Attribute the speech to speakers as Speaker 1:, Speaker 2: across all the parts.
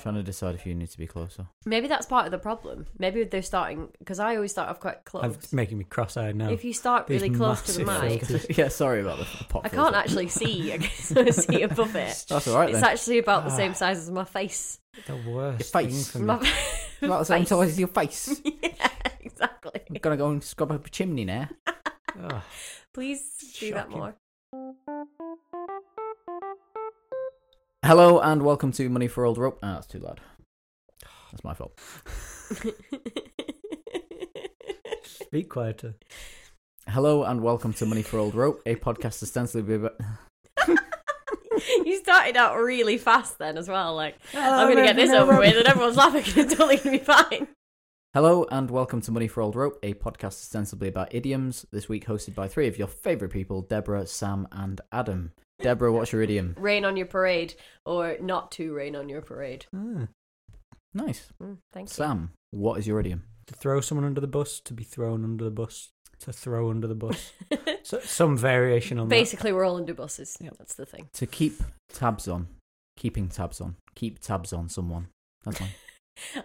Speaker 1: Trying to decide if you need to be closer.
Speaker 2: Maybe that's part of the problem. Maybe they're starting because I always start off quite close.
Speaker 3: I'm it's making me cross-eyed now.
Speaker 2: if you start
Speaker 3: These
Speaker 2: really close to the
Speaker 3: massive
Speaker 2: mic,
Speaker 3: filters.
Speaker 1: yeah, sorry about the, the pop.
Speaker 2: I
Speaker 1: filter.
Speaker 2: can't actually see. I can see above it.
Speaker 1: That's all right
Speaker 2: It's
Speaker 1: then.
Speaker 2: actually about the
Speaker 3: Ah. Oh,
Speaker 2: same size as my face.
Speaker 3: the worst
Speaker 1: Your face.
Speaker 3: thing for me.
Speaker 2: My,
Speaker 1: About the same
Speaker 2: face.
Speaker 1: size as your face.
Speaker 2: yeah, exactly.
Speaker 1: I'm gonna go and scrub up a chimney now.
Speaker 3: Ugh.
Speaker 2: Please do that
Speaker 3: Shocking.
Speaker 2: more.
Speaker 1: Hello and welcome to Money for Old Rope. Ah, that's too loud. That's my fault.
Speaker 3: Speak quieter.
Speaker 1: Hello and welcome to Money for Old Rope, a podcast ostensibly be about.
Speaker 2: you started out really fast then as well. Like I'm
Speaker 3: Hello,
Speaker 2: gonna get this
Speaker 3: everyone.
Speaker 2: over with, and everyone's laughing. and It's only gonna be fine.
Speaker 1: Hello and welcome to Money for Old Rope, a podcast ostensibly about idioms. This week hosted by three of your favourite people, Deborah, Sam, and Adam. Deborah, what's your idiom?
Speaker 2: Rain on your parade, or not to rain on your parade.
Speaker 3: Ah,
Speaker 1: Nice.
Speaker 2: Mm, thank you.
Speaker 1: Sam, what is your idiom?
Speaker 3: to throw someone under the bus, to be thrown under the bus, to throw under the bus. so, some variation on
Speaker 2: Basically, we're all under buses.
Speaker 3: Yep.
Speaker 2: That's the thing.
Speaker 1: To keep tabs on. Keeping tabs on. Keep tabs on someone. That's mine.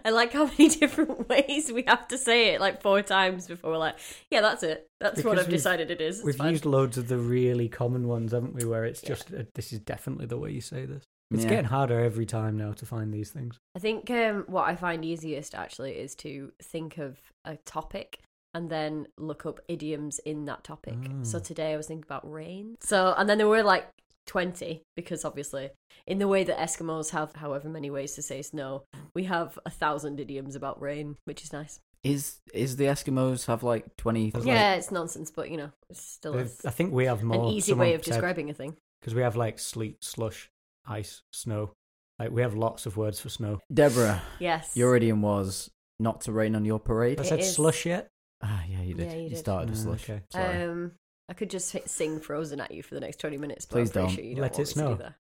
Speaker 2: I like how many different ways we have to say it, like four times before we're like, yeah, that's it. That's what
Speaker 3: Because
Speaker 2: I've
Speaker 3: we've-
Speaker 2: decided it is.
Speaker 3: that.
Speaker 2: It's
Speaker 3: We've
Speaker 2: fine.
Speaker 3: used loads of the really common ones, haven't we? Where it's
Speaker 2: Yeah.
Speaker 3: just uh, this is definitely the way you say this. It's
Speaker 1: Yeah.
Speaker 3: getting harder every time now to find these things.
Speaker 2: I think um, what I find easiest actually is to think of a topic and then look up idioms in that topic. So
Speaker 3: Ah.
Speaker 2: today I was thinking about rain. So, and then there were like 20, because obviously, in the way that Eskimos have however many ways to say snow, we have a thousand idioms about rain, which is nice.
Speaker 1: Is is the Eskimos have like twenty?
Speaker 3: There's
Speaker 2: yeah, it's nonsense, but you know, it's still a,
Speaker 3: They've- I think we have more.
Speaker 2: an easy way of describing a thing.
Speaker 3: because we have like sleet, slush, ice, snow. Like we have lots of words for snow.
Speaker 1: Deborah,
Speaker 2: Yes.
Speaker 1: your idiom was not to rain on your parade.
Speaker 3: I
Speaker 2: It
Speaker 3: said
Speaker 2: is-
Speaker 3: slush yet.
Speaker 1: Ah, yeah, you did.
Speaker 2: Yeah, you
Speaker 1: you
Speaker 2: did.
Speaker 1: started with
Speaker 3: Ah,
Speaker 1: slush.
Speaker 3: okay.
Speaker 1: Sorry.
Speaker 2: Um, I could just hit, sing Frozen at you for the next 20 minutes, but
Speaker 1: Please
Speaker 2: I'm pretty
Speaker 1: don't.
Speaker 2: sure you don't
Speaker 3: Let
Speaker 2: want
Speaker 3: it
Speaker 2: me to
Speaker 3: snow.
Speaker 2: do that.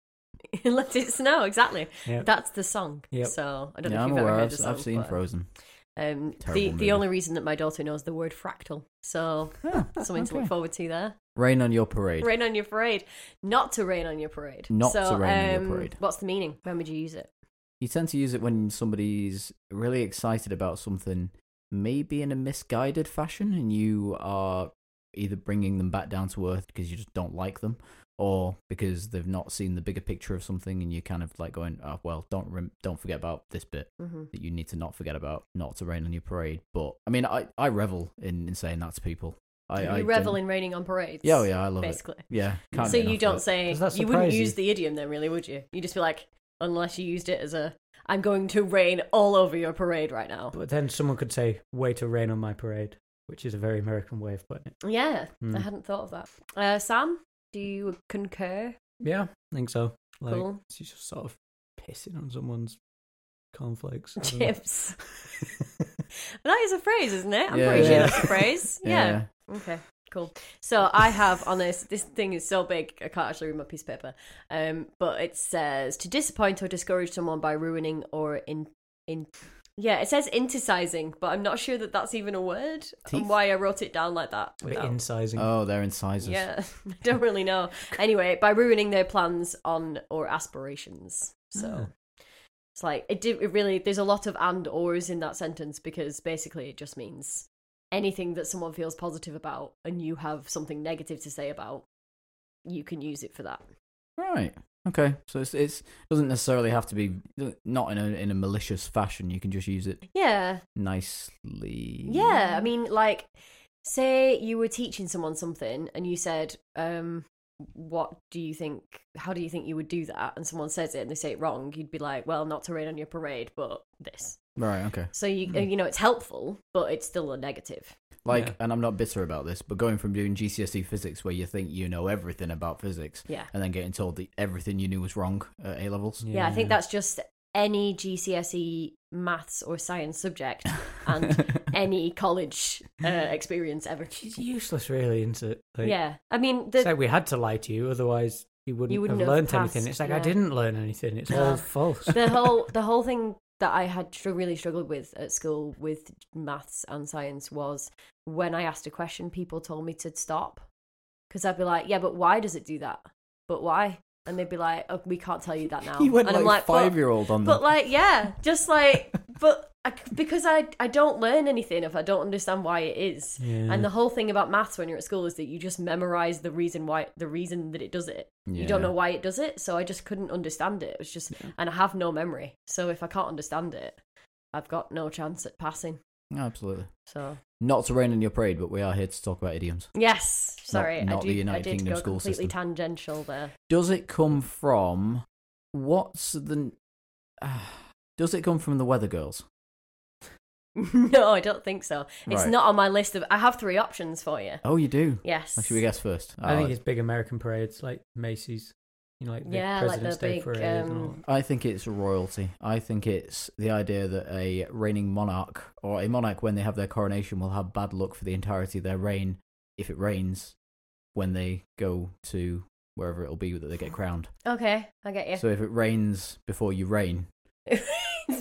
Speaker 2: Let it snow, exactly.
Speaker 3: Yep.
Speaker 2: That's the song.
Speaker 3: Yep.
Speaker 2: So I don't
Speaker 1: yeah,
Speaker 2: know if
Speaker 1: I'm
Speaker 2: you've
Speaker 1: aware.
Speaker 2: ever heard
Speaker 1: I've,
Speaker 2: the song.
Speaker 1: I've seen
Speaker 2: but,
Speaker 1: Frozen.
Speaker 2: Um,
Speaker 1: Terrible
Speaker 2: the,
Speaker 1: movie.
Speaker 2: the only reason that my daughter knows the word fractal. So something to
Speaker 1: okay.
Speaker 2: look forward to there.
Speaker 1: Rain on your parade.
Speaker 2: Rain on your parade. Not to rain on your parade.
Speaker 1: Not
Speaker 2: so,
Speaker 1: to rain on your
Speaker 2: um,
Speaker 1: parade.
Speaker 2: What's the meaning? When would you use it?
Speaker 1: You tend to use it when somebody's really excited about something, maybe in a misguided fashion, and you are either bringing them back down to earth because you just don't like them, or because they've not seen the bigger picture of something, and you're kind of like going, "Oh well, don't rem- don't forget about this bit."
Speaker 2: Mm-hmm.
Speaker 1: that you need to not forget about, not to rain on your parade. But I mean, I, I revel in, in saying that to people. I,
Speaker 2: You
Speaker 1: I
Speaker 2: revel
Speaker 1: don't-
Speaker 2: in raining on parades.
Speaker 1: Yeah, oh yeah, I love
Speaker 2: Basically.
Speaker 1: it. Yeah, can't
Speaker 2: so
Speaker 1: get
Speaker 2: you
Speaker 1: enough
Speaker 2: don't
Speaker 1: of it.
Speaker 2: say
Speaker 3: Does that
Speaker 2: you wouldn't
Speaker 3: surprise
Speaker 2: use
Speaker 3: you?
Speaker 2: the idiom then, really, would you? You just be like, unless you used it as a, I'm going to rain all over your parade right now.
Speaker 3: But then someone could say, "Way to rain on my parade," which is a very American way of putting it.
Speaker 2: Yeah,
Speaker 3: Hmm.
Speaker 2: I hadn't thought of that. Uh, Sam, do you concur?
Speaker 3: Yeah, I think so. Like,
Speaker 2: Cool.
Speaker 3: she's just sort of pissing on someone's cornflakes. I don't know.
Speaker 2: Chips. that is a phrase, isn't it? I'm
Speaker 1: Yeah,
Speaker 2: pretty sure
Speaker 3: yeah.
Speaker 2: that's a phrase. yeah. Okay, cool. So I have on this this thing is so big I can't actually read my piece of paper. Um, but it says to disappoint or discourage someone by ruining or in in yeah it says incising, but I'm not sure that that's even a word
Speaker 1: Teeth?
Speaker 2: and why I wrote it down like that.
Speaker 3: Like
Speaker 2: without-
Speaker 3: incising.
Speaker 1: Oh, they're in sizes.
Speaker 2: yeah, I don't really know. Anyway, by ruining their plans on or aspirations. So it's like it did. It really there's a lot of and ors in that sentence because basically it just means anything that someone feels positive about and you have something negative to say about, you can use it for that.
Speaker 1: Right. Okay. So it's it's doesn't necessarily have to be not in a in a malicious fashion. You can just use it
Speaker 2: Yeah,
Speaker 1: nicely.
Speaker 2: yeah. I mean, like, say you were teaching someone something and you said, um. What do you think? How do you think you would do that? And someone says it and they say it wrong, you'd be like, "Well, not to rain on your parade, but this."
Speaker 1: Right. Okay.
Speaker 2: So you
Speaker 3: Mm.
Speaker 2: you know it's helpful, but it's still a negative.
Speaker 1: Like,
Speaker 3: Yeah.
Speaker 1: and I'm not bitter about this, but going from doing GCSE E physics where you think you know everything about physics,
Speaker 2: Yeah.
Speaker 1: and then getting told that everything you knew was wrong at A levels.
Speaker 2: Yeah, I think that's just any GCSE E, maths or science subject and any college uh, experience ever.
Speaker 3: she's useless, really, isn't it? Like,
Speaker 2: yeah, I mean
Speaker 3: It's
Speaker 2: the
Speaker 3: like we had to lie to you, otherwise you wouldn't,
Speaker 2: You wouldn't
Speaker 3: have
Speaker 2: have
Speaker 3: learned
Speaker 2: passed,
Speaker 3: anything. It's like I
Speaker 2: yeah.
Speaker 3: didn't learn anything. It's
Speaker 2: No.
Speaker 3: all false.
Speaker 2: the whole the whole thing that I had str- really struggled with at school with maths and science was when I asked a question, people told me to stop because I'd be like, "Yeah, but why does it do that? But why? and they'd be like, "Oh, we can't tell you that now."
Speaker 1: He went
Speaker 2: and
Speaker 1: like,
Speaker 2: I'm like, "But-
Speaker 1: five year old on
Speaker 2: But
Speaker 1: them.
Speaker 2: like, yeah, just like, but I, because I I don't learn anything if I don't understand why it is.
Speaker 3: Yeah.
Speaker 2: And the whole thing about maths when you're at school is that you just memorize the reason why the reason that it does it. You don't
Speaker 1: Yeah.
Speaker 2: know why it does it, so I just couldn't understand it. It was just, and I have no memory, so if I can't understand it, I've got no chance at passing.
Speaker 1: Absolutely.
Speaker 2: So
Speaker 1: Not to rain on your parade, but we are here to talk about idioms.
Speaker 2: yes, sorry,
Speaker 1: not the
Speaker 2: I did, I
Speaker 1: United
Speaker 2: did
Speaker 1: Kingdom
Speaker 2: go
Speaker 1: school
Speaker 2: completely
Speaker 1: system.
Speaker 2: tangential there.
Speaker 1: Does it come from what's the? Ah, does it come from the Weather Girls?
Speaker 2: no, I don't think so. It's
Speaker 1: Right.
Speaker 2: not on my list of. I have three options for you.
Speaker 1: Oh, you do.
Speaker 2: Yes.
Speaker 1: Or Should we guess first?
Speaker 3: I think
Speaker 1: Uh,
Speaker 3: it's big American parades like Macy's, you know, like the
Speaker 2: Yeah, like the
Speaker 3: President's Day
Speaker 2: big,
Speaker 3: parade and
Speaker 2: um,
Speaker 3: all that.
Speaker 1: I think it's royalty. I think it's the idea that a reigning monarch or a monarch, when they have their coronation, will have bad luck for the entirety of their reign if it rains when they go to wherever it'll be that they get crowned.
Speaker 2: Okay, I get you.
Speaker 1: So if it rains before you reign,
Speaker 2: It's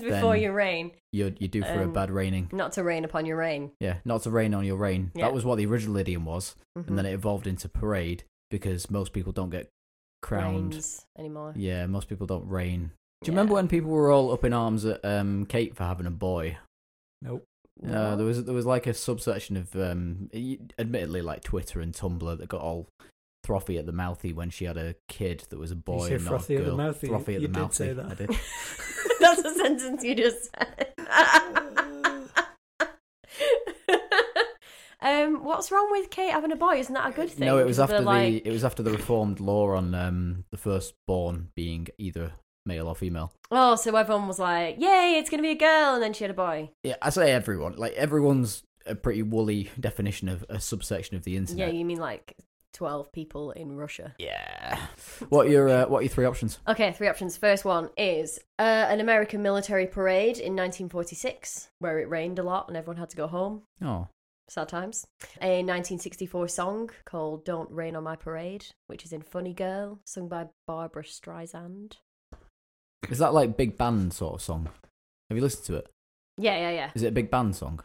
Speaker 2: before
Speaker 1: then-
Speaker 2: you rain,
Speaker 1: you're you do for a
Speaker 2: Um,
Speaker 1: bad reigning.
Speaker 2: not to rain upon your rain.
Speaker 1: Yeah, not to rain on your reign.
Speaker 2: Yeah.
Speaker 1: That was what the original idiom was,
Speaker 2: Mhm.
Speaker 1: and then it evolved into parade because most people don't get crowned.
Speaker 2: Rains anymore.
Speaker 1: Yeah, most people don't reign. Do you
Speaker 2: Yeah.
Speaker 1: remember when people were all up in arms at um, Kate for having a boy?
Speaker 3: Nope.
Speaker 1: Uh,
Speaker 2: No.
Speaker 1: there was there was like a subsection of, um, y- admittedly, like Twitter and Tumblr that got all frothy at the mouthy when she had a kid that was a boy.
Speaker 3: say
Speaker 1: and not a
Speaker 3: frothy at the
Speaker 1: girl.
Speaker 3: mouthy?
Speaker 1: Frothy at
Speaker 3: You
Speaker 1: the
Speaker 3: did
Speaker 1: mouthy.
Speaker 3: say that.
Speaker 1: I did.
Speaker 2: That's a sentence you just said. um, what's wrong with Kate having a boy? Isn't that a good thing?
Speaker 1: No, it was after the,
Speaker 2: like-
Speaker 1: it was after the reformed law on um, the firstborn being either male or female.
Speaker 2: Oh, so everyone was like, "Yay, it's gonna be a girl," and then she had a boy.
Speaker 1: Yeah, I say everyone. Like everyone's a pretty woolly definition of a subsection of the
Speaker 2: Yeah,
Speaker 1: internet.
Speaker 2: you mean like twelve people in Russia?
Speaker 1: Yeah. What are your uh, What are your three options?
Speaker 2: Okay, three options. First one is uh, an American military parade in 1946, where it rained a lot and everyone had to go home.
Speaker 1: Oh,
Speaker 2: Sad times. A 1964 song called Don't Rain on My Parade, which is in Funny Girl, sung by Barbara Streisand.
Speaker 1: is that like big band sort of song? Have you listened to it?
Speaker 2: Yeah, yeah, yeah.
Speaker 1: Is it a big band song?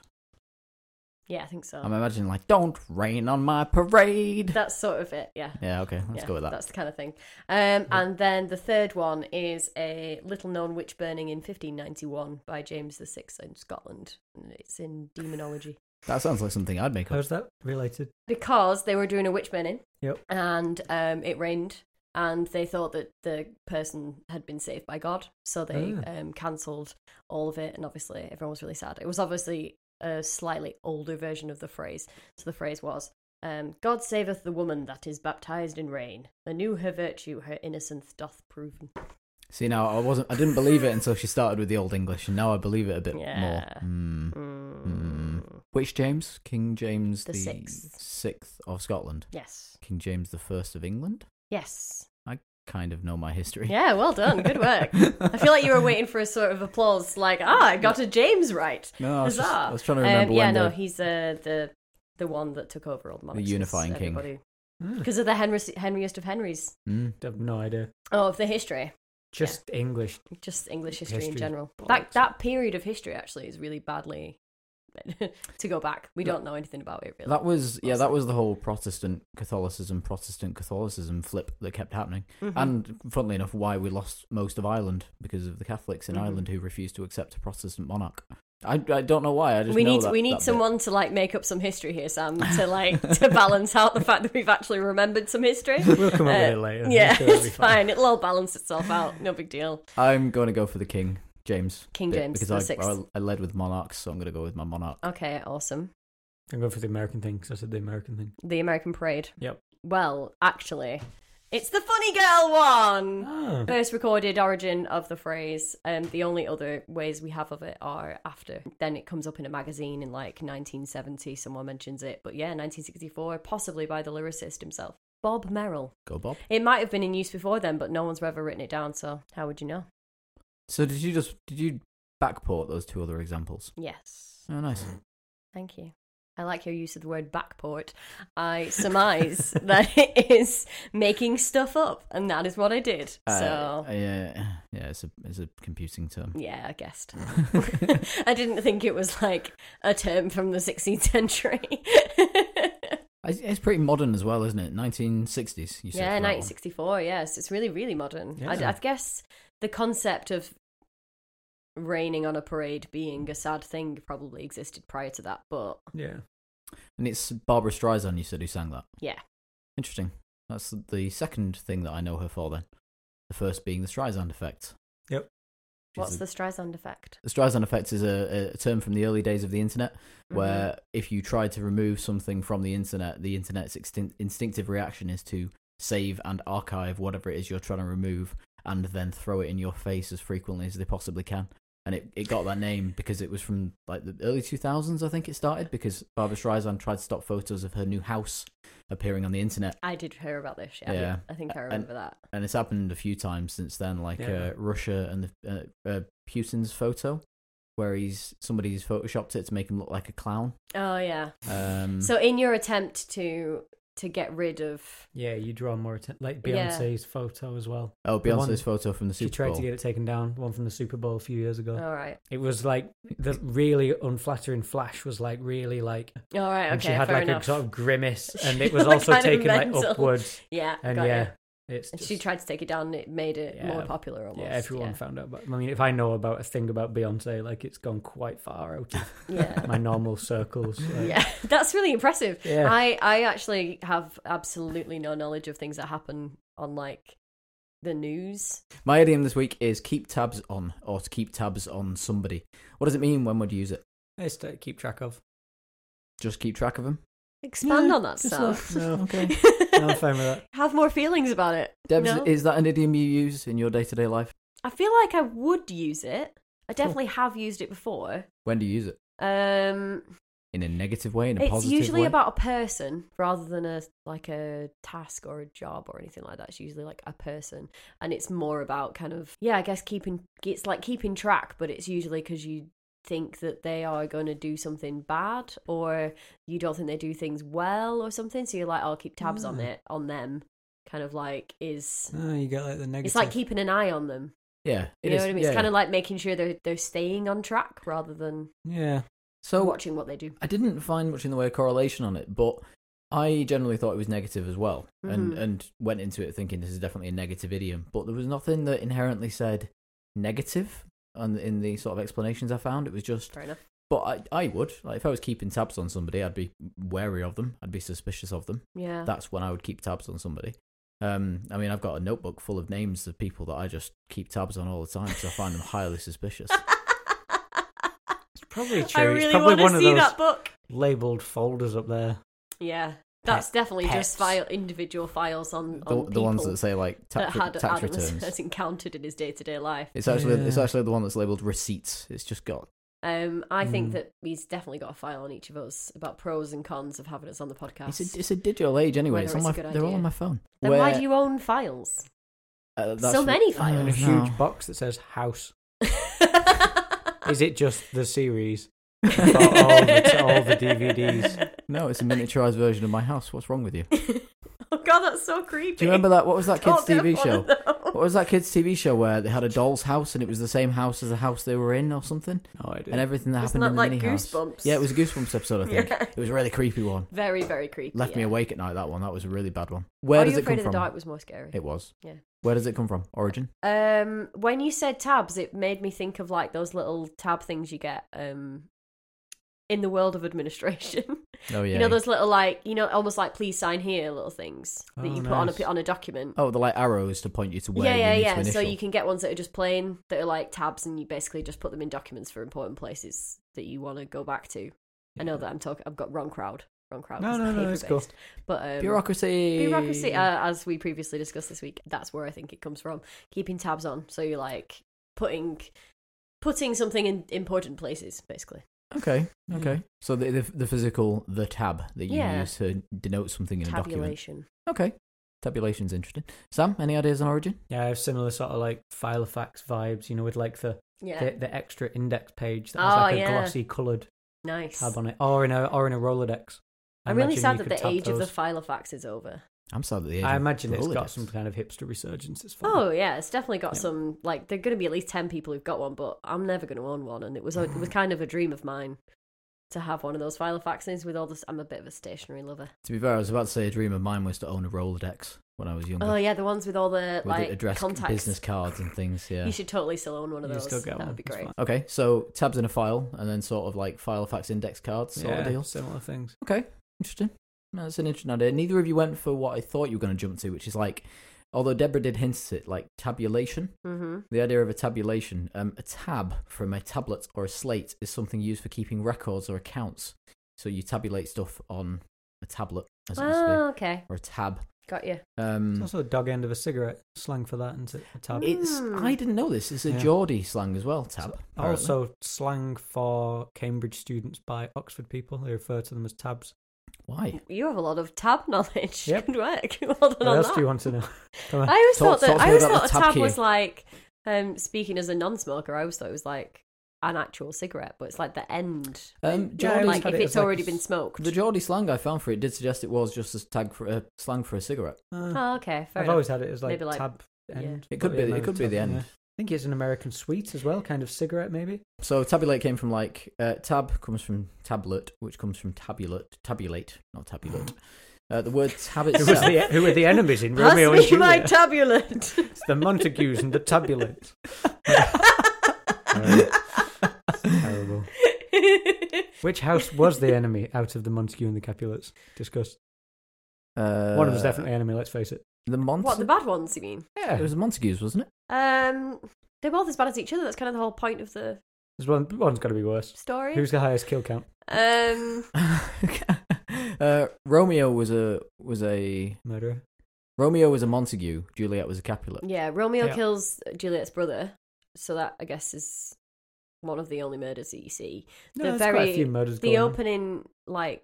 Speaker 2: Yeah, I think so.
Speaker 1: I'm imagining like "Don't Rain on My Parade."
Speaker 2: That's sort of it, yeah.
Speaker 1: Yeah, okay, let's
Speaker 2: Yeah,
Speaker 1: go with that.
Speaker 2: That's the kind of thing. Um, And then the third one is a little known witch burning in 1591 by James VI in Scotland. And it's in demonology.
Speaker 1: That sounds like something I'd make up.
Speaker 3: How's that related?
Speaker 2: Because they were doing a witch burning
Speaker 3: Yep.
Speaker 2: and um, it rained. And they thought that the person had been saved by God. So they
Speaker 3: Ah.
Speaker 2: um, cancelled all of it. And obviously, everyone was really sad. It was obviously a slightly older version of the phrase. So the phrase was um, God saveth the woman that is baptized in rain. Anew her virtue, her innocence doth proven.
Speaker 1: See, now I wasn't, I didn't believe it until she started with the Old English, and now I believe it a bit more.
Speaker 2: Yeah.
Speaker 1: Hmm.
Speaker 2: Mm.
Speaker 1: Which James? King James
Speaker 2: The
Speaker 1: the,
Speaker 2: sixth.
Speaker 1: sixth of Scotland.
Speaker 2: Yes.
Speaker 1: King James the first of England.
Speaker 2: Yes.
Speaker 1: Kind of know my history.
Speaker 2: Yeah, well done. Good work. I feel like you were waiting for a sort of applause, like, ah, I got a James right.
Speaker 1: No, I was, just-
Speaker 2: Huzzah.
Speaker 1: I was trying to
Speaker 2: Um,
Speaker 1: remember
Speaker 2: yeah,
Speaker 1: when
Speaker 2: no,
Speaker 1: the-
Speaker 2: he's uh, the the one that took over all the monarchies.
Speaker 1: unifying king.
Speaker 3: Ah,
Speaker 2: Because of the Henry, Henriest of Henrys.
Speaker 1: Mm.
Speaker 3: I have no idea.
Speaker 2: Oh, of the history.
Speaker 3: Just English.
Speaker 2: Just English history, in
Speaker 3: History.
Speaker 2: general. That,
Speaker 3: Bollocks.
Speaker 2: that period of history, actually, is really badly to go back. We don't know anything about it, really.
Speaker 1: That was yeah,
Speaker 2: That's
Speaker 1: that
Speaker 2: like-
Speaker 1: was the whole Protestant Catholicism, Protestant Catholicism flip that kept happening.
Speaker 2: Mhm.
Speaker 3: Mm-hmm.
Speaker 1: And funnily enough, why we lost most of Ireland because of the Catholics in
Speaker 2: Mhm.
Speaker 1: Ireland who refused to accept a Protestant monarch. I, I don't know why. I just
Speaker 2: we
Speaker 1: know
Speaker 2: need
Speaker 1: that-
Speaker 2: we
Speaker 1: that
Speaker 2: need
Speaker 1: bit.
Speaker 2: someone to like make up some history here, Sam, to like to balance out the fact that we've actually remembered some history.
Speaker 3: We'll come up
Speaker 2: Uh,
Speaker 3: with it later. I'm
Speaker 2: Yeah,
Speaker 3: sure it'll
Speaker 2: it's
Speaker 3: be
Speaker 2: fine. It'll all balance itself out. No big deal.
Speaker 1: I'm going to go for the King James.
Speaker 2: King
Speaker 1: bit,
Speaker 2: James
Speaker 1: because
Speaker 2: the
Speaker 1: I,
Speaker 2: sixth.
Speaker 1: I I led with monarchs, so I'm going to go with my monarch.
Speaker 2: Okay, awesome.
Speaker 3: I'm going for the American thing because I said the American thing.
Speaker 2: The American Parade.
Speaker 3: Yep.
Speaker 2: Well, actually, it's the Funny Girl one.
Speaker 3: Ah,
Speaker 2: First recorded origin of the phrase, and the only other ways we have of it are after. Then it comes up in a magazine in like 1970. Someone mentions it, but yeah, 1964, possibly by the lyricist himself, Bob Merrill.
Speaker 1: Go Bob.
Speaker 2: It might have been in use before then, but no one's ever written it down, so how would you know?
Speaker 1: So did you just did you backport those two other examples?
Speaker 2: Yes.
Speaker 1: Oh, nice.
Speaker 2: Thank you. I like your use of the word backport. I surmise that it is making stuff up, and that is what I did.
Speaker 1: Uh,
Speaker 2: So,
Speaker 1: yeah, yeah, it's a it's a computing term.
Speaker 2: yeah, I guessed. I didn't think it was like a term from the 16th century.
Speaker 1: It's it's pretty modern as well, isn't it? 1960s. You said
Speaker 2: yeah,
Speaker 1: for that one.
Speaker 2: 1964. Yes, it's really, really modern. I,
Speaker 3: Yeah.
Speaker 2: I guess the concept of raining on a parade being a sad thing probably existed prior to that, but
Speaker 3: Yeah.
Speaker 1: And it's Barbara Streisand, you said, who sang that.
Speaker 2: Yeah.
Speaker 1: Interesting. That's the second thing that I know her for then. The first being the Streisand effect.
Speaker 3: Yep.
Speaker 1: Which is
Speaker 2: what's
Speaker 1: a-
Speaker 2: the Streisand effect?
Speaker 1: The Streisand effect is a, a term from the early days of the internet, where if you try to remove something from the internet, the internet's extin- instinctive reaction is to save and archive whatever it is you're trying to remove, and then throw it in your face as frequently as they possibly can. And it, it got that name because it was from like the early 2000s, I think it started, because Barbara Streisand tried to stop photos of her new house appearing on the internet
Speaker 2: I did hear about this. Yeah,
Speaker 1: Yeah.
Speaker 2: I think I
Speaker 1: And-
Speaker 2: remember that.
Speaker 1: and it's happened a few times since then, like
Speaker 3: Yeah.
Speaker 1: uh, Russia and the uh, uh, Putin's photo, where he's somebody's photoshopped it to make him look like a clown.
Speaker 2: Oh yeah.
Speaker 3: Mm.
Speaker 1: Um,
Speaker 2: So in your attempt to to get rid of
Speaker 3: Yeah, you draw more attention. Like
Speaker 2: Yeah.
Speaker 3: Beyonce's photo as well.
Speaker 1: oh,
Speaker 3: the one-
Speaker 1: Beyonce's photo from the
Speaker 3: She
Speaker 1: Super
Speaker 3: tried
Speaker 1: Bowl.
Speaker 3: to get it taken down, one from the Super Bowl a few years ago.
Speaker 2: all right,
Speaker 3: It was like the really unflattering flash was like really like,
Speaker 2: all right,
Speaker 3: and
Speaker 2: okay,
Speaker 3: she had
Speaker 2: fair
Speaker 3: like
Speaker 2: enough.
Speaker 3: a sort of grimace, and it
Speaker 2: She
Speaker 3: was
Speaker 2: looked
Speaker 3: also
Speaker 2: kind of
Speaker 3: taken like
Speaker 2: mental.
Speaker 3: upwards,
Speaker 2: Yeah,
Speaker 3: and
Speaker 2: got you.
Speaker 3: yeah, it's
Speaker 2: And
Speaker 3: just,
Speaker 2: she tried to take it down. It made it more
Speaker 3: Yeah.
Speaker 2: popular almost.
Speaker 3: yeah, everyone found out. About, I mean, if I know about a thing about Beyonce, like it's gone quite far out of
Speaker 2: Yeah.
Speaker 3: my normal circles. like,
Speaker 2: yeah. That's really impressive.
Speaker 3: yeah.
Speaker 2: I I actually have absolutely no knowledge of things that happen on like the news.
Speaker 1: My idiom this week is keep tabs on, or to keep tabs on somebody. What does it mean? When would you use it?
Speaker 3: It's to keep track of.
Speaker 1: Just keep track of them.
Speaker 2: Expand
Speaker 3: Yeah,
Speaker 2: on that
Speaker 3: just
Speaker 2: stuff.
Speaker 3: like- no,
Speaker 1: Okay.
Speaker 3: no, I'm fine with that.
Speaker 2: have more feelings about it.
Speaker 1: Debs,
Speaker 2: No?
Speaker 1: is that an idiom you use in your day to day life?
Speaker 2: I feel like I would use it. I definitely have used it before.
Speaker 1: When do you use it?
Speaker 2: Um,
Speaker 1: In a negative way, in a
Speaker 2: it's
Speaker 1: positive
Speaker 2: usually
Speaker 1: way?
Speaker 2: about a person rather than a like a task or a job or anything like that. It's usually like a person, and it's more about kind of yeah, I guess keeping it's like keeping track, but it's usually because you think that they are going to do something bad or you don't think they do things well or something, so you're like, I'll keep tabs on
Speaker 1: Mm.
Speaker 3: Ah.
Speaker 2: it on them. Kind of like is
Speaker 3: Oh, you got like the negative.
Speaker 2: it's like keeping an eye on them.
Speaker 1: Yeah. it
Speaker 2: You know
Speaker 1: is,
Speaker 2: what I mean?
Speaker 1: yeah,
Speaker 2: It's kind
Speaker 1: yeah.
Speaker 2: of like making sure they're they're staying on track rather than
Speaker 3: yeah.
Speaker 1: So,
Speaker 2: watching what they do.
Speaker 1: I didn't find much in the way of correlation on it, but I generally thought it was negative as well, and
Speaker 2: Mhm.
Speaker 1: and went into it thinking this is definitely a negative idiom. But there was nothing that inherently said negative, and in the sort of explanations I found, it was just.
Speaker 2: Fair enough.
Speaker 1: But I I would like if I was keeping tabs on somebody, I'd be wary of them, I'd be suspicious of them.
Speaker 2: Yeah.
Speaker 1: That's when I would keep tabs on somebody. Um, I mean, I've got a notebook full of names of people that I just keep tabs on all the time because I find them highly suspicious.
Speaker 3: Probably true.
Speaker 2: I
Speaker 3: it's
Speaker 2: really
Speaker 3: probably
Speaker 2: want
Speaker 3: one
Speaker 2: to
Speaker 3: of
Speaker 2: see
Speaker 3: those
Speaker 2: that book.
Speaker 3: labeled folders up there.
Speaker 2: Yeah, that's definitely just
Speaker 3: pets.
Speaker 2: file individual files on, on
Speaker 1: The, the ones
Speaker 2: people
Speaker 1: that say like
Speaker 2: that
Speaker 1: tax,
Speaker 2: had
Speaker 1: tax
Speaker 2: Adam
Speaker 1: returns.
Speaker 2: has encountered in his day to day life.
Speaker 1: It's actually it's
Speaker 3: Yeah.
Speaker 1: actually the one that's labeled receipts. It's just got
Speaker 2: Um, I think
Speaker 3: Mm.
Speaker 2: that he's definitely got a file on each of us about pros and cons of having us on the podcast.
Speaker 1: it's a, it's a digital age anyway.
Speaker 2: Whether
Speaker 1: It's on
Speaker 2: it's
Speaker 1: my
Speaker 2: a good
Speaker 1: they're all
Speaker 2: idea.
Speaker 1: on my phone.
Speaker 2: then
Speaker 1: Where-
Speaker 2: why do you own files?
Speaker 1: uh, that's
Speaker 2: so
Speaker 1: wh-
Speaker 2: many
Speaker 1: I don't
Speaker 3: And a
Speaker 2: files.
Speaker 1: know.
Speaker 3: huge box that says house. Is it just the series? all the- all the DVDs.
Speaker 1: No, it's a miniaturized version of my house. What's wrong with you?
Speaker 2: Oh god, that's so creepy.
Speaker 1: Do you remember that? What was that kids'
Speaker 2: Can't
Speaker 1: TV
Speaker 2: get one
Speaker 1: show?
Speaker 2: of those.
Speaker 1: What was that kids' TV show where they had a doll's house and it was the same house as the house they were in or something,
Speaker 3: No idea.
Speaker 1: and everything that
Speaker 2: Wasn't
Speaker 1: happened in the
Speaker 2: that like
Speaker 1: mini
Speaker 2: Goosebumps?
Speaker 1: house. Yeah, it was a Goosebumps episode. I think
Speaker 2: Yeah.
Speaker 1: it was a really creepy one.
Speaker 2: Very, very creepy.
Speaker 1: Left me
Speaker 2: yeah.
Speaker 1: awake at night. That one. That was a really bad one. Where
Speaker 2: Are
Speaker 1: does
Speaker 2: you
Speaker 1: it
Speaker 2: afraid
Speaker 1: come
Speaker 2: of the
Speaker 1: from?
Speaker 2: dark was more scary.
Speaker 1: It was.
Speaker 2: Yeah.
Speaker 1: Where does it come from? Origin.
Speaker 2: Um, when you said tabs, it made me think of like those little tab things you get um in the world of administration.
Speaker 1: Oh yeah.
Speaker 2: you know those little like you know almost like please sign here little things that
Speaker 3: Oh,
Speaker 2: you put on
Speaker 3: nice.
Speaker 2: a on a document.
Speaker 1: Oh, the like arrows to point you to where
Speaker 2: yeah,
Speaker 1: you
Speaker 2: yeah,
Speaker 1: need
Speaker 2: yeah.
Speaker 1: to
Speaker 2: So
Speaker 1: initial.
Speaker 2: you can get ones that are just plain that are like tabs, and you basically just put them in documents for important places that you want to go back to. I know that I'm talking. I've got wrong crowd. Wrong crowd.
Speaker 3: No,
Speaker 2: 'cause
Speaker 3: no, no,
Speaker 2: paper
Speaker 3: it's cool.
Speaker 2: based. But um,
Speaker 1: bureaucracy.
Speaker 2: bureaucracy
Speaker 3: Eh.
Speaker 2: uh, as we previously discussed this week that's where i think it comes from keeping tabs on so you're like putting putting something in important places basically
Speaker 1: Okay.
Speaker 3: Mm.
Speaker 1: Okay. So the, the the physical the tab that you
Speaker 2: mm. Yeah.
Speaker 1: use to denote something in a document.
Speaker 2: tabulation
Speaker 1: Okay. Tabulation's interesting. Sam, any ideas on origin?
Speaker 3: Yeah, I have similar sort of like file of facts vibes, you know, with like the,
Speaker 2: yeah
Speaker 3: the, the extra index page that
Speaker 2: Oh,
Speaker 3: has like a
Speaker 2: yeah.
Speaker 3: glossy coloured
Speaker 2: nice
Speaker 3: tab on it, or in a or in a Rolodex. I
Speaker 2: i'm really
Speaker 3: imagine
Speaker 2: sad
Speaker 3: you
Speaker 2: that
Speaker 3: could
Speaker 2: the
Speaker 3: tab
Speaker 2: age of the
Speaker 3: those.
Speaker 2: file of fax is over
Speaker 1: I'm sad that the age
Speaker 3: I
Speaker 1: of
Speaker 3: imagine it's got
Speaker 1: Rolodex-
Speaker 3: some kind of hipster resurgence. It's fine.
Speaker 2: oh yeah it's definitely got
Speaker 3: Yeah.
Speaker 2: some like there are going to be at least 10 people who've got one but i'm never going to own one and it was a, it was kind of a dream of mine to have one of those Filofaxes with all this. I'm a bit of a stationary lover.
Speaker 1: To be fair, I was about to say a dream of mine was to own a Rolodex when I was
Speaker 3: Mm.
Speaker 1: younger.
Speaker 2: Oh yeah, the ones with all the
Speaker 1: with
Speaker 2: like
Speaker 1: the address
Speaker 2: contacts.
Speaker 1: business cards and things, yeah.
Speaker 2: You should totally still own one of
Speaker 3: You
Speaker 2: those.
Speaker 3: still get
Speaker 2: that
Speaker 3: one,
Speaker 2: would be
Speaker 3: it's
Speaker 2: great.
Speaker 3: fine.
Speaker 1: Okay, so tabs in a file and then sort of like file fax index cards sort of deal.
Speaker 3: similar things.
Speaker 1: Interesting. That's an interesting idea. Neither of you went for what I thought you were going to jump to, which is like, although Deborah did hint at it, like tabulation.
Speaker 2: Mm-hmm.
Speaker 1: The idea of a tabulation, um, a tab from a tablet or a slate is something used for keeping records or accounts. So you tabulate stuff on a tablet, as it used to
Speaker 2: Oh, okay,
Speaker 1: be, or a tab.
Speaker 2: got you.
Speaker 3: It's
Speaker 1: Um,
Speaker 3: also the dog end of a cigarette slang for that, isn't it? A tab.
Speaker 2: Hmm. It-
Speaker 1: it's I didn't know this. It's a
Speaker 3: Yeah.
Speaker 1: Geordie slang as well. Tab.
Speaker 3: It's
Speaker 1: apparently.
Speaker 3: also slang for Cambridge students by Oxford people. They refer to them as tabs.
Speaker 1: why?
Speaker 2: You have a lot of tab knowledge.
Speaker 3: Yep.
Speaker 2: Good work. Well done
Speaker 3: What
Speaker 2: on
Speaker 3: else
Speaker 2: that.
Speaker 3: do you want to know? Come on. Uh,
Speaker 2: I always
Speaker 1: Talk-
Speaker 2: thought that
Speaker 1: talk to
Speaker 2: I
Speaker 1: me
Speaker 2: always
Speaker 1: about
Speaker 2: thought a
Speaker 1: the
Speaker 2: tab,
Speaker 1: tab
Speaker 2: was
Speaker 1: key.
Speaker 2: like um, speaking as a non-smoker. I always thought it was like an actual cigarette, but it's like the end.
Speaker 1: Um,
Speaker 3: Yeah, I
Speaker 1: Geordie,
Speaker 3: always
Speaker 2: like
Speaker 3: had
Speaker 2: if
Speaker 3: it
Speaker 2: it's
Speaker 3: as like a
Speaker 2: already been
Speaker 3: s-
Speaker 2: smoked.
Speaker 1: the Geordie slang I found for it did suggest it was just a tag for a slang for a cigarette.
Speaker 3: Uh,
Speaker 2: oh, okay, fair
Speaker 3: I've
Speaker 2: enough.
Speaker 3: always had it as like,
Speaker 2: Maybe like-
Speaker 3: tab
Speaker 2: yeah.
Speaker 3: end.
Speaker 1: It could
Speaker 3: but
Speaker 1: be.
Speaker 3: yeah, no,
Speaker 1: It could be
Speaker 3: tab,
Speaker 1: the end.
Speaker 3: yeah. I think it's an American sweet as well, kind of cigarette maybe.
Speaker 1: So tabulate came from like uh, tab comes from tablet, which comes from tabulate, tabulate, not tabulate. Uh, the word tab
Speaker 3: Who, was
Speaker 1: itself.
Speaker 3: the, who were the enemies in
Speaker 2: Pass
Speaker 3: Romeo and
Speaker 2: me my
Speaker 3: Juliet?
Speaker 2: tabulate.
Speaker 3: It's the Montagues and the Tabulants. Terrible. Which house was the enemy out of the Montague and the Capulets? Discussed.
Speaker 1: uh,
Speaker 3: One of them's definitely enemy. Let's face it.
Speaker 1: the Mont.
Speaker 2: What the bad ones? You mean?
Speaker 1: it
Speaker 3: Yeah,
Speaker 1: was the Montagues, wasn't it?
Speaker 2: Um, they're both as bad as each other. That's kind of the whole point of the
Speaker 3: there's one. One's got to be worse.
Speaker 2: story.
Speaker 3: Who's the highest kill count?
Speaker 2: um,
Speaker 1: uh, Romeo was a was a
Speaker 3: Murderer.
Speaker 1: Romeo was a Montague. Juliet was a Capulet.
Speaker 2: yeah, Romeo
Speaker 3: Yeah.
Speaker 2: kills Juliet's brother, so that I guess is one of the only murders that you see.
Speaker 3: No,
Speaker 2: The
Speaker 3: there's quite a
Speaker 2: very-
Speaker 3: few murders.
Speaker 2: The
Speaker 3: going on.
Speaker 2: opening like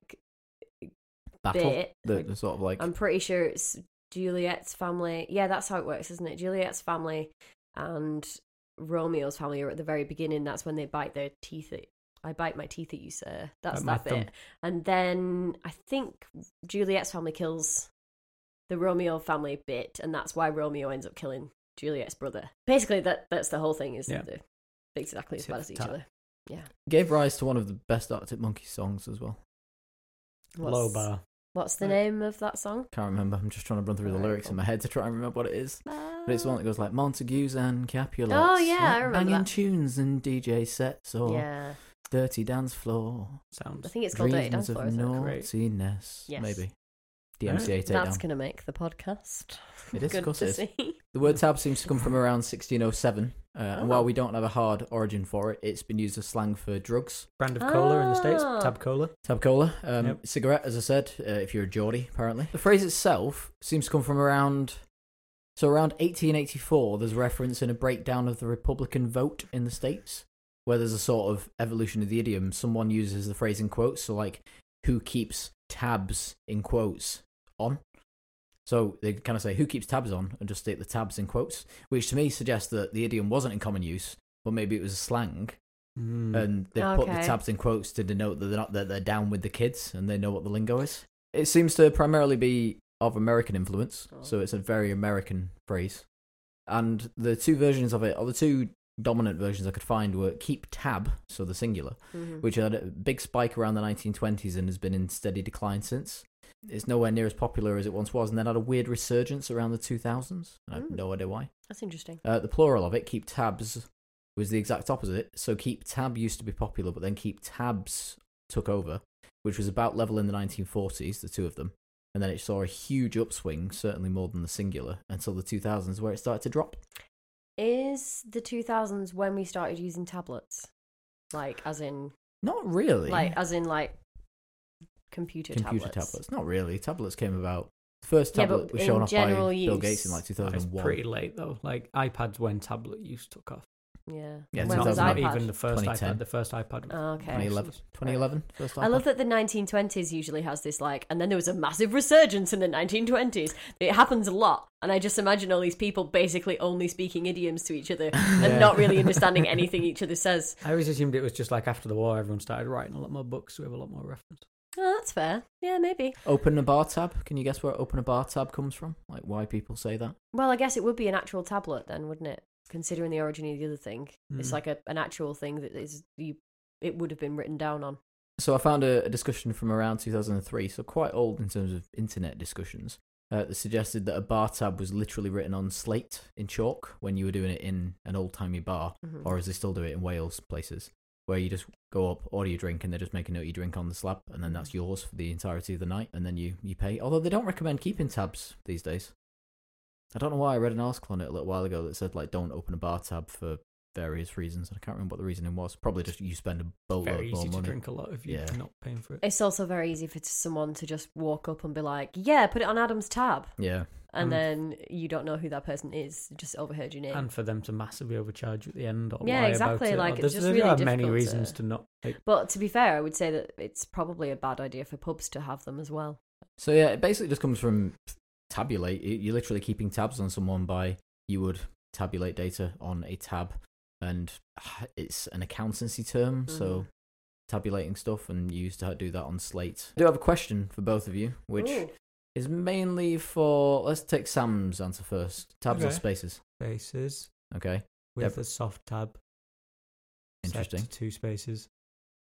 Speaker 1: Battle.
Speaker 2: bit, Um,
Speaker 1: The, the sort of like
Speaker 2: I'm pretty sure it's Juliet's family. Yeah, that's how it works, isn't it? Juliet's family and Romeo's family are at the very beginning. That's when they bite their teeth at. I bite my teeth at you, sir. That's
Speaker 3: Bite my
Speaker 2: that bit.
Speaker 3: thumb.
Speaker 2: And then I think Juliet's family kills the Romeo family bit, and that's why Romeo ends up killing Juliet's brother. Basically, that that's the whole thing. Is
Speaker 3: Yeah.
Speaker 2: that they're exactly as
Speaker 3: Tit
Speaker 2: bad
Speaker 3: for
Speaker 2: as each
Speaker 3: tat.
Speaker 2: other.
Speaker 1: gave rise to one of the best Arctic Monkey songs as well.
Speaker 3: low bar.
Speaker 2: What's the
Speaker 3: Right.
Speaker 2: name of that song?
Speaker 1: Can't remember. I'm just trying to run through the
Speaker 2: Alright,
Speaker 1: lyrics
Speaker 2: cool.
Speaker 1: in my head to try and remember what it is. But it's the one that goes like Montagues and Capulets.
Speaker 2: Oh, yeah, I remember
Speaker 1: Banging
Speaker 2: that.
Speaker 1: tunes and DJ sets or
Speaker 2: Yeah,
Speaker 1: dirty dance floor.
Speaker 2: I
Speaker 3: Sounds.
Speaker 2: think it's called Dirty
Speaker 1: dreams
Speaker 2: Dance Floor.
Speaker 1: of
Speaker 2: Isn't it?
Speaker 3: Great.
Speaker 1: naughtiness.
Speaker 2: Yes. Ah,
Speaker 1: Maybe.
Speaker 3: Yeah.
Speaker 1: DMCA takedown.
Speaker 2: That's going to make the podcast.
Speaker 1: It is, of
Speaker 2: Good
Speaker 1: course
Speaker 2: to
Speaker 1: it is.
Speaker 2: see.
Speaker 1: The word tab seems to come from around 1607. Uh,
Speaker 2: Oh.
Speaker 1: And while we don't have a hard origin for it, it's been used as slang for drugs.
Speaker 3: Brand of cola in the states.
Speaker 2: Ah.
Speaker 3: Tab cola.
Speaker 1: Tab cola, um,
Speaker 3: Yep.
Speaker 1: cigarette, as I said, uh, if you're a Geordie, apparently. The phrase itself seems to come from around. So, around 1884, there's reference in a breakdown of the Republican vote in the States, where there's a sort of evolution of the idiom. Someone uses the phrase in quotes, so like, who keeps tabs in quotes on? So they kind of say, who keeps tabs on, and just state the tabs in quotes, which to me suggests that the idiom wasn't in common use, but maybe it was a slang
Speaker 3: Mm.
Speaker 1: and they put the
Speaker 2: Okay.
Speaker 1: tabs in quotes to denote that they're not that they're down with the kids and they know what the lingo is. It seems to primarily be of American influence, so it's a very American phrase. And the two versions of it, or the two dominant versions I could find, were keep tab, so the singular,
Speaker 2: Mhm.
Speaker 1: which had a big spike around the 1920s and has been in steady decline since. It's nowhere near as popular as it once was, and then had a weird resurgence around the 2000s. I have
Speaker 2: Mm.
Speaker 1: no idea why.
Speaker 2: That's interesting.
Speaker 1: Uh, the plural of it, keep tabs, was the exact opposite. So keep tab used to be popular, but then keep tabs took over, which was about level in the 1940s, the two of them. And then it saw a huge upswing, certainly more than the singular, until the 2000s, where it started to drop.
Speaker 2: Is the 2000s when we started using tablets? Like, as in,
Speaker 1: Not really.
Speaker 2: like, as in, like, computer,
Speaker 1: computer
Speaker 2: tablets.
Speaker 1: tablets. Not really. Tablets came about. The first
Speaker 2: Yeah,
Speaker 1: tablet
Speaker 2: but
Speaker 1: was
Speaker 2: in
Speaker 1: shown off by
Speaker 2: general
Speaker 1: Bill
Speaker 2: use.
Speaker 1: Gates in like
Speaker 3: It's
Speaker 1: 2001.
Speaker 3: pretty late though. Like iPads when tablet use took off.
Speaker 2: Yeah.
Speaker 1: Yeah,
Speaker 2: when
Speaker 3: not,
Speaker 2: was
Speaker 3: not
Speaker 2: iPad?
Speaker 1: 2000.
Speaker 3: even the first
Speaker 1: 2010.
Speaker 3: iPad. The first iPad. was-
Speaker 2: Oh, okay.
Speaker 1: 2011. 2011. First
Speaker 2: I love that the 1920s usually has this like, and then there was a massive resurgence in the 1920s. It happens a lot, and I just imagine all these people basically only speaking idioms to each other and
Speaker 3: Yeah.
Speaker 2: not really understanding anything each other says.
Speaker 3: I always assumed it was just like after the war, everyone started writing a lot more books, so we have a lot more reference.
Speaker 2: Oh, that's fair. Yeah, maybe.
Speaker 1: Open a bar tab. Can you guess where open a bar tab comes from? Like why people say that?
Speaker 2: Well, I guess it would be an actual tablet then, wouldn't it? Considering
Speaker 1: Hmm.
Speaker 2: the origin of the other thing, it's
Speaker 3: Mm.
Speaker 2: like a, an actual thing that is you. It would have been written down on.
Speaker 1: So I found a, a discussion from around 2003, so quite old in terms of internet discussions, uh, that suggested that a bar tab was literally written on slate in chalk when you were doing it in an old timey bar,
Speaker 2: Mhm.
Speaker 1: or as they still do it in Wales places, where you just go up, order your drink, and they just make a note of your drink on the slab, and then that's yours for the entirety of the night, and then you, you pay. Although they don't recommend keeping tabs these days. I don't know why I read an article on it a little while ago that said, like, don't open a bar tab for various reasons, and I can't remember what the reasoning was. Probably just you spend a boatload
Speaker 3: Very
Speaker 1: more
Speaker 3: easy to
Speaker 1: money.
Speaker 3: drink a lot if you're
Speaker 1: Yeah.
Speaker 3: not paying for it.
Speaker 2: It's also very easy for someone to just walk up and be like, "Yeah, put it on Adam's tab,"
Speaker 1: Yeah.
Speaker 2: and
Speaker 3: Mm.
Speaker 2: then you don't know who that person is. you Just overheard your name.
Speaker 3: And for them to massively overcharge at the end or
Speaker 2: Yeah,
Speaker 3: lie
Speaker 2: exactly,
Speaker 3: about it. or-
Speaker 2: like, it's
Speaker 3: there's-
Speaker 2: just
Speaker 3: there
Speaker 2: really
Speaker 3: are many
Speaker 2: difficult
Speaker 3: reasons
Speaker 2: to-
Speaker 3: to not. Like,
Speaker 2: but to be fair, I would say that it's probably a bad idea for pubs to have them as well.
Speaker 1: So yeah, it basically just comes from tabulate. You- You're literally keeping tabs on someone by you would tabulate data on a tab, and ah, it's an accountancy term. So
Speaker 2: Mhm.
Speaker 1: tabulating stuff, and you used to do that on Slate. I do have a question for both of you, which is mainly for let's take Sam's answer first. Tabs or
Speaker 3: Okay.
Speaker 1: spaces?
Speaker 3: spaces
Speaker 1: Okay,
Speaker 3: with
Speaker 1: Deb-
Speaker 3: a soft tab. set
Speaker 1: interesting,
Speaker 3: to two spaces.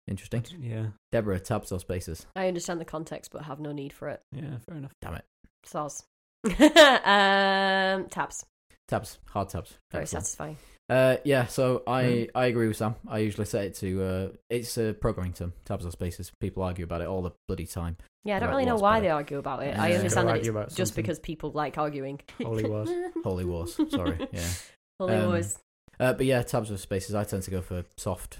Speaker 1: interesting.
Speaker 3: Yeah,
Speaker 1: Deborah, tabs or spaces?
Speaker 2: I understand the context, but have no need for it.
Speaker 3: yeah, fair enough.
Speaker 1: Damn it,
Speaker 2: Soz. um, tabs.
Speaker 1: tabs, hard tabs.
Speaker 2: Very
Speaker 1: Excellent.
Speaker 2: satisfying.
Speaker 1: Uh, yeah, so I
Speaker 3: Hmm.
Speaker 1: I agree with Sam. I usually set it to uh, it's a programming term, tabs or spaces. People argue about it all the bloody time.
Speaker 2: Yeah, I don't
Speaker 1: Right,
Speaker 2: really know
Speaker 1: what's
Speaker 2: why
Speaker 1: better?
Speaker 2: they argue about it.
Speaker 1: Yeah.
Speaker 2: I
Speaker 1: Yeah.
Speaker 2: understand that
Speaker 3: Argue
Speaker 2: it's
Speaker 3: about
Speaker 2: just
Speaker 3: something.
Speaker 2: because people like arguing.
Speaker 3: Holy wars.
Speaker 1: Holy wars, sorry, yeah.
Speaker 2: Holy
Speaker 1: Um,
Speaker 2: wars.
Speaker 1: Uh, but yeah, tabs or spaces. I tend to go for soft,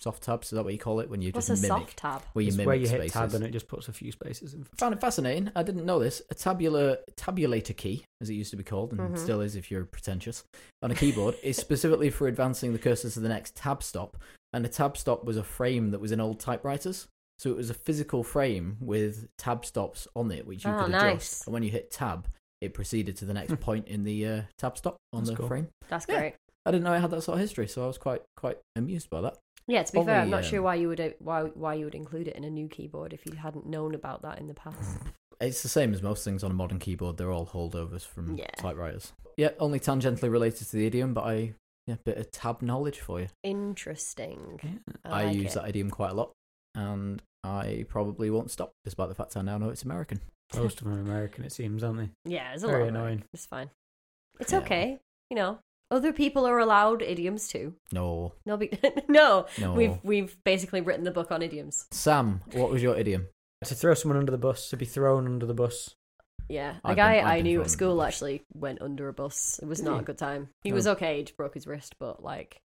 Speaker 1: soft tabs. Is that what you call it when you
Speaker 2: What's
Speaker 1: just
Speaker 2: a
Speaker 1: mimic?
Speaker 2: soft tab?
Speaker 1: Where you
Speaker 3: It's
Speaker 1: mimic
Speaker 3: where you hit
Speaker 1: spaces.
Speaker 3: tab and it just puts a few spaces in.
Speaker 1: found it fascinating. I didn't know this. A tabular tabulator key, as it used to be called,
Speaker 3: Mm-hmm.
Speaker 1: and
Speaker 2: Mhm.
Speaker 1: still is if you're pretentious, on a keyboard is specifically for advancing the cursor to the next tab stop. And a tab stop was a frame that was in old typewriters. So it was a physical frame with tab stops on it, which you
Speaker 2: Oh,
Speaker 1: could
Speaker 2: nice.
Speaker 1: adjust. And when you hit tab, it proceeded to the
Speaker 3: Ah, Hmm.
Speaker 1: next point in the uh, tab stop on
Speaker 3: That's
Speaker 1: the
Speaker 3: cool.
Speaker 1: frame.
Speaker 2: That's
Speaker 1: Yeah.
Speaker 2: great.
Speaker 1: I didn't know it had that sort of history, so I was quite quite amused by that.
Speaker 2: Yeah, to be fair, I'm
Speaker 1: Probably,
Speaker 2: not sure
Speaker 1: um,
Speaker 2: why you would uh, why why you would include it in a new keyboard if you hadn't known about that in the past.
Speaker 1: It's the same as most things on a modern keyboard. They're all holdovers from
Speaker 2: Yeah.
Speaker 1: typewriters. Yeah, only tangentially related to the idiom, but I yeah, bit of tab knowledge for you.
Speaker 2: Interesting.
Speaker 3: Yeah.
Speaker 1: I,
Speaker 2: like
Speaker 1: use
Speaker 2: it.
Speaker 1: that idiom quite a lot, and I probably won't stop, despite the fact I now know it's American.
Speaker 3: Most of them are American, it seems, aren't they?
Speaker 2: Yeah, it's a
Speaker 3: Very
Speaker 2: lot of work.
Speaker 3: annoying.
Speaker 2: It's fine. It's
Speaker 1: Yeah.
Speaker 2: okay. You know, other people are allowed idioms too.
Speaker 1: No,
Speaker 2: No, be- no.
Speaker 1: no.
Speaker 2: We've we've basically written the book on idioms.
Speaker 1: Sam, what was your idiom?
Speaker 3: To throw someone under the bus, to be thrown under the bus.
Speaker 2: Yeah, a
Speaker 1: I've
Speaker 2: guy
Speaker 1: been- I've
Speaker 2: I
Speaker 1: been
Speaker 2: knew
Speaker 1: thrown
Speaker 2: at school
Speaker 1: under the bus.
Speaker 2: actually went under a bus. It was
Speaker 3: Did
Speaker 2: not
Speaker 3: he?
Speaker 2: a good time. He
Speaker 3: No.
Speaker 2: was okay; he just broke his wrist, but like,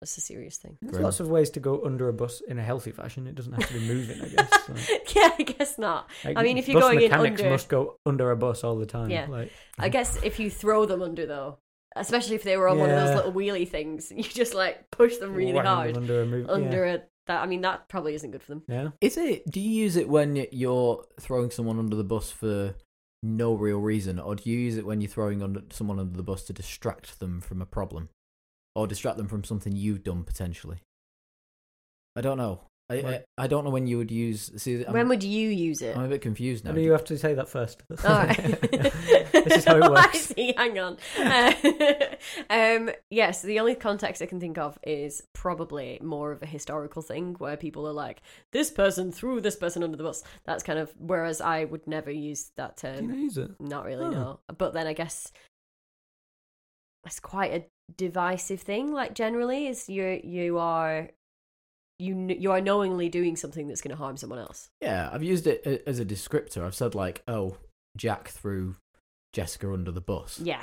Speaker 2: that's a serious thing.
Speaker 3: There's
Speaker 1: Grim.
Speaker 3: lots of ways to go under a bus in a healthy fashion. It doesn't have to be moving, I guess. so.
Speaker 2: yeah, I guess not.
Speaker 3: Like,
Speaker 2: I mean, if you're
Speaker 3: bus
Speaker 2: going in
Speaker 3: mechanics
Speaker 2: under-
Speaker 3: must go under a bus all the time.
Speaker 2: Yeah.
Speaker 3: Like,
Speaker 2: I guess if you throw them under though, especially if they were on one of those
Speaker 3: Yeah.
Speaker 2: little wheelie things, you just like push them really
Speaker 3: whang them
Speaker 2: hard
Speaker 3: under a move.
Speaker 2: under a. That I mean, that probably isn't good for them.
Speaker 3: Yeah. yeah.
Speaker 1: Is it? Do you use it when you're throwing someone under the bus for no real reason, or do you use it when you're throwing under, someone under the bus to distract them from a problem, or distract them from something you've done potentially? I don't know. I I,
Speaker 3: Right.
Speaker 1: I don't know when you would use. See, I'm,
Speaker 2: when would you use it?
Speaker 1: I'm a bit confused now.
Speaker 3: No, you have to say that first.
Speaker 2: All right.
Speaker 3: this is how
Speaker 2: Oh,
Speaker 3: it
Speaker 2: I
Speaker 3: works.
Speaker 2: see. Hang on. Uh, um, yes, the only context I can think of is probably more of a historical thing where people are like, this person threw this person under the bus. That's kind of, whereas I would never use that
Speaker 3: Do you
Speaker 2: term.
Speaker 3: know, use it?
Speaker 2: Not really,
Speaker 3: Oh.
Speaker 2: no. But then I guess that's quite a divisive thing, like generally, is you you are. You, kn- you are knowingly doing something that's going to harm someone else.
Speaker 1: Yeah, I've used it a- as a descriptor. I've said like, "Oh, Jack threw Jessica under the bus."
Speaker 2: Yeah.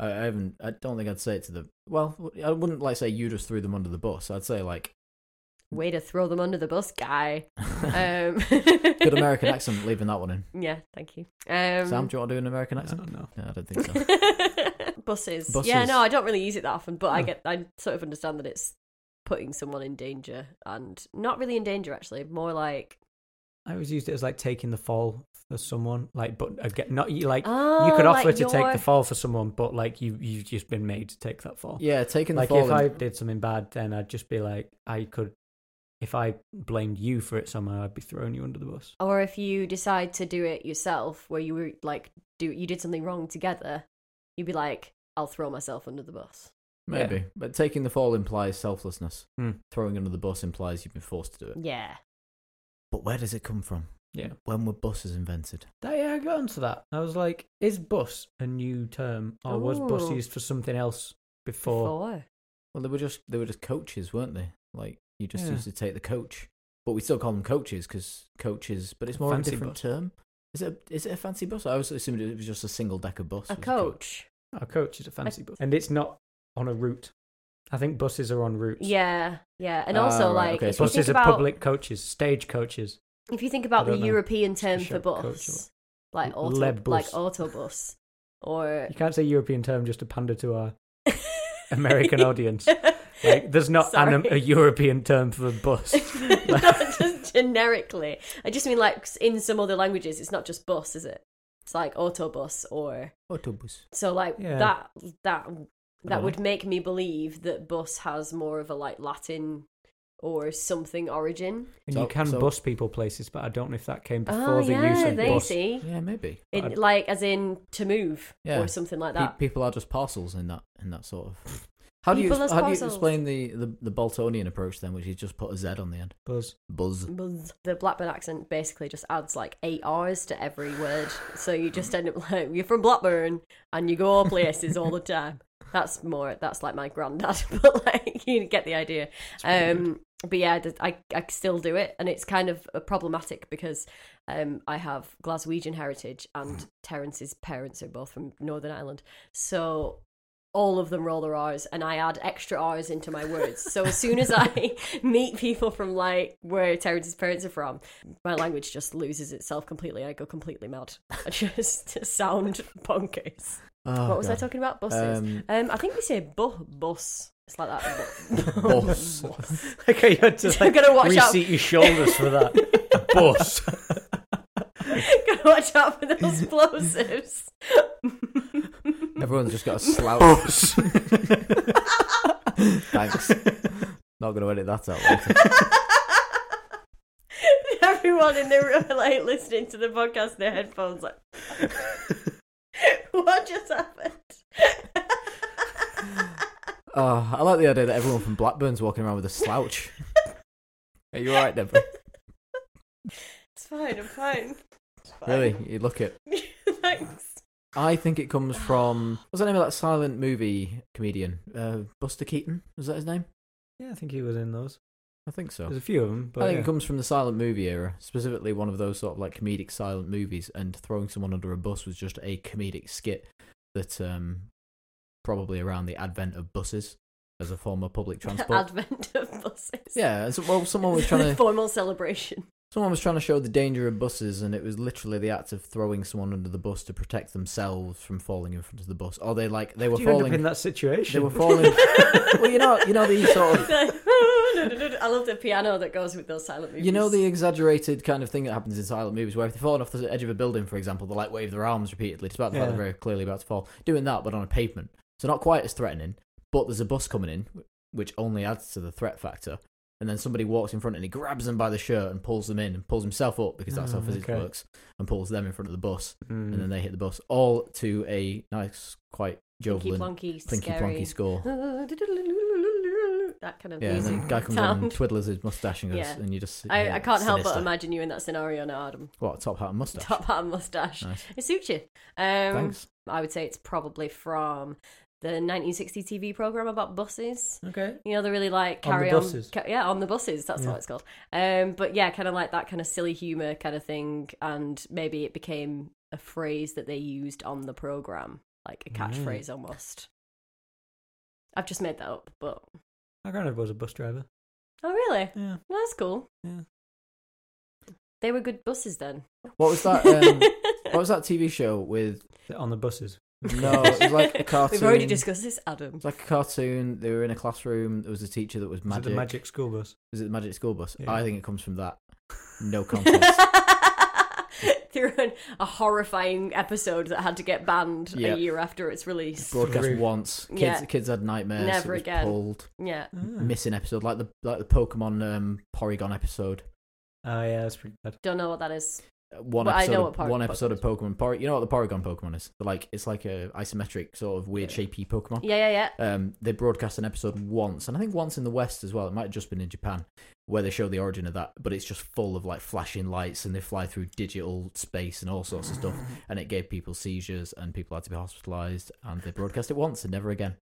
Speaker 1: I, I haven't. I don't think I'd say it to the. Well, I wouldn't like say you just threw them under the bus. I'd say like
Speaker 2: Way to throw them under the bus, guy. Um,
Speaker 1: Good American accent, leaving that one in.
Speaker 2: Yeah, thank you. Um,
Speaker 1: Sam, do you want to do an American
Speaker 3: I
Speaker 1: accent?
Speaker 3: don't know.
Speaker 1: No, I don't think so.
Speaker 2: buses.
Speaker 1: Buses.
Speaker 2: Yeah, no, I don't really use it that often, but I
Speaker 3: No.
Speaker 2: get, I sort of understand that it's putting someone in danger, and not really in danger actually, more like
Speaker 3: I always used it as like taking the fall for someone, like but again, not you like
Speaker 2: oh,
Speaker 3: you could offer
Speaker 2: like
Speaker 3: to
Speaker 2: you're-
Speaker 3: take the fall for someone, but like you you've just been made to take that fall.
Speaker 1: yeah, taking the
Speaker 3: like
Speaker 1: fall.
Speaker 3: if
Speaker 1: in-
Speaker 3: I did something bad, then I'd just be like, I could, if I blamed you for it somehow, I'd be throwing you under the bus.
Speaker 2: Or if you decide to do it yourself, where you were like, do you did something wrong together, you'd be like, I'll throw myself under the bus.
Speaker 1: Maybe, but taking the fall implies selflessness.
Speaker 3: Hmm.
Speaker 1: Throwing under the bus implies you've been forced to do it.
Speaker 2: Yeah,
Speaker 1: But where does it come from?
Speaker 3: Yeah.
Speaker 1: When were buses invented?
Speaker 3: That, yeah, I got onto that. I was like, is bus a new term, or was bus
Speaker 2: Ooh.
Speaker 3: used for something else before?
Speaker 2: Before.
Speaker 1: Well, they were just they were just coaches, weren't they? Like you just
Speaker 3: Yeah.
Speaker 1: used to take the coach, but we still call them coaches because coaches. But it's more of a
Speaker 3: Fancy
Speaker 1: different
Speaker 3: bus.
Speaker 1: term. Is it a, is it a fancy bus? I always assumed it was just a single decker bus.
Speaker 2: A
Speaker 1: was
Speaker 2: coach.
Speaker 3: Our coach is a fancy bus, and it's not on a route. I think buses are on routes.
Speaker 2: Yeah, yeah, and
Speaker 1: Ah,
Speaker 2: also
Speaker 1: right,
Speaker 2: like
Speaker 1: okay,
Speaker 2: if
Speaker 1: so
Speaker 2: you
Speaker 1: it's
Speaker 2: think
Speaker 3: buses are
Speaker 2: about
Speaker 3: public coaches, stage coaches.
Speaker 2: if you think about
Speaker 3: I
Speaker 2: the
Speaker 3: don't know.
Speaker 2: European term
Speaker 3: Just
Speaker 2: for
Speaker 3: a short coach
Speaker 2: bus, like auto,
Speaker 3: Lebbus.
Speaker 2: like autobus, or
Speaker 3: You can't say European term just to pander to our American audience. Like, there's not
Speaker 2: Sorry.
Speaker 3: an, a European term for bus.
Speaker 2: not just generically. I just mean like in some other languages, it's not just bus, is it? It's like autobus or
Speaker 1: Autobus.
Speaker 2: so like
Speaker 3: Yeah.
Speaker 2: that that that
Speaker 3: don't
Speaker 2: would make me believe that bus has more of a like Latin or something origin.
Speaker 3: And
Speaker 1: So-
Speaker 3: you can
Speaker 1: so-
Speaker 3: bus people places, but I don't know if that came before
Speaker 2: oh
Speaker 3: the
Speaker 2: yeah,
Speaker 3: use of
Speaker 2: they
Speaker 3: bus.
Speaker 2: see.
Speaker 1: Yeah, maybe.
Speaker 3: But
Speaker 2: It, like as in to move
Speaker 1: Yeah.
Speaker 2: or something like
Speaker 1: Pe-
Speaker 2: that.
Speaker 1: people are just parcels in that in that sort of. How do you
Speaker 2: People
Speaker 1: ex-
Speaker 2: as
Speaker 1: how do you
Speaker 2: parcels.
Speaker 1: explain the, the the Boltonian approach then, which is just put a Z on the end?
Speaker 3: Buzz.
Speaker 1: Buzz.
Speaker 2: Buzz. The Blackburn accent basically just adds like eight R's to every word, so you just end up like you're from Blackburn and you go places all the time. That's more. That's like my granddad, but like you get the idea. Um, but yeah, th- I I still do it, and it's kind of uh, problematic because um I have Glaswegian heritage, and Terence's parents are both from Northern Ireland, so all of them roll their R's and I add extra R's into my words. So as soon as I meet people from like where Terrence's parents are from, my language just loses itself completely. I go completely mad. I just sound bonkers.
Speaker 1: Oh,
Speaker 2: what was I
Speaker 1: God.
Speaker 2: talking about? Buses. Um,
Speaker 1: Um,
Speaker 2: I think we say bu- bus. It's like that.
Speaker 1: Bus.
Speaker 3: Okay, you had to
Speaker 2: I'm
Speaker 3: like,
Speaker 2: gonna watch out.
Speaker 3: reseat your shoulders for that. bus.
Speaker 2: Gotta watch out for those plosives.
Speaker 1: Everyone's just got a slouch.
Speaker 3: Bus.
Speaker 1: Thanks. Not going to edit that out. uh, later.
Speaker 2: Everyone in the room, like listening to the podcast, their headphones, like, what just happened?
Speaker 1: Oh, I like the idea that everyone from Blackburn's walking around with a slouch. Are you alright, Deborah?
Speaker 2: It's fine. I'm fine. It's fine.
Speaker 1: Really? You look it.
Speaker 2: Thanks.
Speaker 1: I think it comes from. What's the name of that silent movie comedian? Uh, Buster Keaton? Was that his name?
Speaker 3: yeah, I think he was in those.
Speaker 1: I think so.
Speaker 3: There's a few of them, but
Speaker 1: I think
Speaker 3: yeah.
Speaker 1: it comes from the silent movie era, specifically one of those sort of like comedic silent movies, and throwing someone under a bus was just a comedic skit that um, probably around the advent of buses as a form of public transport.
Speaker 2: Advent of buses.
Speaker 1: yeah, and so, well, someone was trying to
Speaker 2: formal celebration.
Speaker 1: Someone was trying to show the danger of buses, and it was literally the act of throwing someone under the bus to protect themselves from falling in front of the bus. Or they like they were
Speaker 3: Do you end up
Speaker 1: falling.
Speaker 3: in that
Speaker 1: They
Speaker 3: situation?
Speaker 1: were falling. well, you know, you know the sort of.
Speaker 2: I love the piano that goes with those silent movies.
Speaker 1: You know the exaggerated kind of thing that happens in silent movies, where if they're falling off the edge of a building, for example, they like wave their arms repeatedly, despite the fact
Speaker 3: Yeah.
Speaker 1: they're very clearly about to fall. Doing that, but on a pavement, so not quite as threatening. But there's a bus coming in, which only adds to the threat factor. And then somebody walks in front and he grabs them by the shirt and pulls them in and pulls himself up because that's how
Speaker 3: Oh,
Speaker 1: physics
Speaker 3: okay.
Speaker 1: works, and pulls them in front of the bus,
Speaker 3: Mm.
Speaker 1: and then they hit the bus, all to a nice, quite
Speaker 2: Plinky
Speaker 1: jovial,
Speaker 2: plonky,
Speaker 1: plinky
Speaker 2: scary.
Speaker 1: plonky score.
Speaker 2: that kind of
Speaker 1: Yeah, and
Speaker 2: music.
Speaker 1: then guy comes on and
Speaker 2: sound.
Speaker 1: twiddles his mustache and goes,
Speaker 2: Yeah.
Speaker 1: and you just
Speaker 2: I,
Speaker 1: yeah,
Speaker 2: I can't help but
Speaker 1: sinister.
Speaker 2: imagine you in that scenario now, Adam.
Speaker 1: What top hat and mustache?
Speaker 2: Top hat and mustache.
Speaker 1: Nice.
Speaker 2: It suits you. Um,
Speaker 1: Thanks.
Speaker 2: I would say it's probably from the 1960 TV program about buses.
Speaker 3: Okay.
Speaker 2: You know, they really like
Speaker 3: On the
Speaker 2: carry
Speaker 3: buses.
Speaker 2: ca- yeah, on the buses. That's
Speaker 3: Yeah.
Speaker 2: what it's called. Um, but yeah, kind of like that kind of silly humor kind of thing, and maybe it became a phrase that they used on the program, like a
Speaker 1: Mm.
Speaker 2: catchphrase almost. I've just made that up, but
Speaker 3: My granddad was a bus driver.
Speaker 2: oh really?
Speaker 3: Yeah.
Speaker 2: Well, that's cool.
Speaker 3: Yeah.
Speaker 2: They were good buses then.
Speaker 1: What was that? Um, what was that TV show with?
Speaker 3: On the buses.
Speaker 1: No, it was like a cartoon.
Speaker 2: We've already discussed this, Adam.
Speaker 1: It was like a cartoon. They were in a classroom. There was a teacher that was
Speaker 3: Was it
Speaker 1: magic.
Speaker 3: the magic school bus?
Speaker 1: Was it the Magic School Bus?
Speaker 3: Yeah.
Speaker 1: I think it comes from that. No context.
Speaker 2: Through an, a horrifying episode that had to get banned
Speaker 1: Yeah.
Speaker 2: a year after its release.
Speaker 1: Broadcast
Speaker 3: Rude.
Speaker 1: once. Kids,
Speaker 2: Yeah.
Speaker 1: kids had nightmares.
Speaker 2: Never
Speaker 1: it was
Speaker 2: again.
Speaker 1: Pulled.
Speaker 2: yeah.
Speaker 3: Ah.
Speaker 1: Missing episode, like the like the Pokemon um, Porygon episode.
Speaker 3: Oh yeah, that's pretty bad.
Speaker 2: Don't know what that is.
Speaker 1: one
Speaker 2: Well, I
Speaker 1: episode,
Speaker 2: know
Speaker 1: of,
Speaker 2: what Porygon
Speaker 1: one episode
Speaker 2: Pokemon
Speaker 1: of Pokemon. Pory- you know what the Porygon Pokemon is? They're like it's like a isometric sort of weird shapey Pokemon.
Speaker 2: Yeah, yeah, yeah.
Speaker 1: Um, they broadcast an episode once, and I think once in the West as well. It might have just been in Japan where they show the origin of that, but it's just full of like flashing lights, and they fly through digital space and all sorts of stuff, and it gave people seizures, and people had to be hospitalised, and they broadcast it once and never again.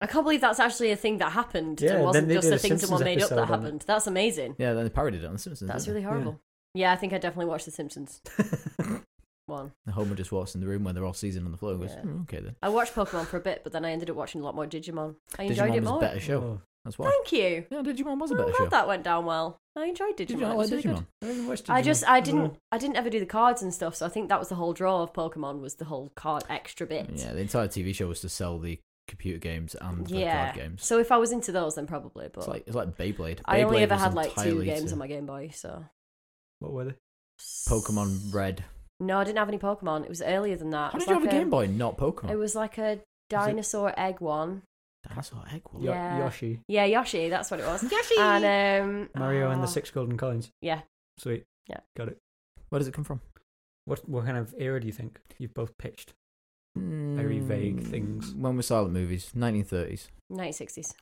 Speaker 2: I can't believe that's actually a thing that happened.
Speaker 3: Yeah,
Speaker 2: it
Speaker 3: then
Speaker 2: wasn't
Speaker 3: they
Speaker 2: just
Speaker 3: did
Speaker 2: a
Speaker 3: a
Speaker 2: thing someone
Speaker 3: Simpsons
Speaker 2: made up that
Speaker 3: episode on it.
Speaker 2: happened. That's amazing.
Speaker 1: Yeah, then they parodied it on The Simpsons.
Speaker 2: That's
Speaker 1: didn't
Speaker 2: really
Speaker 1: they?
Speaker 2: horrible. Yeah. I think I definitely watched The Simpsons one.
Speaker 1: And Homer just walks in the room when they're all seasoned on the floor and goes,
Speaker 2: Yeah.
Speaker 1: "Hmm, "Okay then."
Speaker 2: I watched Pokemon for a bit, but then I ended up watching a lot more Digimon. I enjoyed
Speaker 1: Digimon
Speaker 2: it
Speaker 1: was
Speaker 2: more.
Speaker 1: a better show.
Speaker 3: Oh,
Speaker 1: That's why.
Speaker 2: Thank you.
Speaker 1: Yeah, Digimon was a
Speaker 2: I'm
Speaker 1: better
Speaker 2: glad
Speaker 1: show.
Speaker 2: that went down well. I enjoyed Digimon.
Speaker 1: Did you not
Speaker 2: It
Speaker 1: like
Speaker 2: was really good.
Speaker 1: Digimon?
Speaker 3: I haven't watched
Speaker 2: I
Speaker 3: Digimon.
Speaker 2: just I didn't
Speaker 3: No.
Speaker 2: I didn't ever do the cards and stuff, so I think that was the whole draw of Pokemon was the whole card extra bit.
Speaker 1: Yeah, the entire TV show was to sell the computer games and the
Speaker 2: Yeah.
Speaker 1: card games.
Speaker 2: So if I was into those, then probably. But
Speaker 1: It's like it's like Beyblade.
Speaker 2: I only
Speaker 1: Beyblade
Speaker 2: ever
Speaker 1: was
Speaker 2: had like two
Speaker 1: entirely
Speaker 2: games
Speaker 1: to
Speaker 2: on my Game Boy. So
Speaker 3: What were they?
Speaker 1: Pokemon Red.
Speaker 2: No, I didn't have any Pokemon. It was earlier than that.
Speaker 1: How did
Speaker 2: It was
Speaker 1: you have a
Speaker 2: like um,
Speaker 1: Game Boy and not Pokemon?
Speaker 2: It was like a dinosaur egg one.
Speaker 1: That's what egg was.
Speaker 3: Yo-
Speaker 2: Yeah.
Speaker 3: Yoshi,
Speaker 2: Yeah, Yoshi. That's what it was.
Speaker 1: Yoshi!
Speaker 2: And um,
Speaker 3: Mario, and the
Speaker 2: oh,
Speaker 3: six golden coins.
Speaker 2: Yeah.
Speaker 3: Sweet.
Speaker 2: Yeah.
Speaker 3: Got it.
Speaker 1: Where does it come from?
Speaker 3: What what kind of era do you think you've both pitched? Very vague things.
Speaker 1: Hmm. When were silent movies? 1930s.
Speaker 2: 1960s.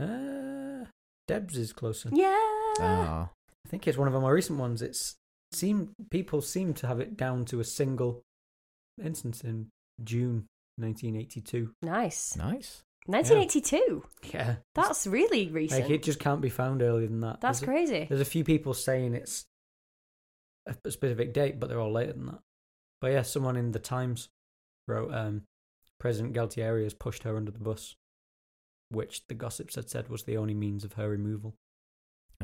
Speaker 3: Uh, Debs is closer.
Speaker 2: Yeah.
Speaker 1: Ah,
Speaker 3: I think it's one of our more recent ones. It's seem people seem to have it down to a single instance in June 1982.
Speaker 2: Nice.
Speaker 1: nice.
Speaker 2: 1982.
Speaker 3: Yeah,
Speaker 2: That's really recent.
Speaker 3: like it just can't be found earlier than that.
Speaker 2: That's
Speaker 3: there's A,
Speaker 2: crazy.
Speaker 3: there's a few people saying it's a p- specific date, but they're all later than that. But yeah, someone in the Times wrote, um, "President Galtieri has pushed her under the bus." Which the gossips had said was the only means of her removal.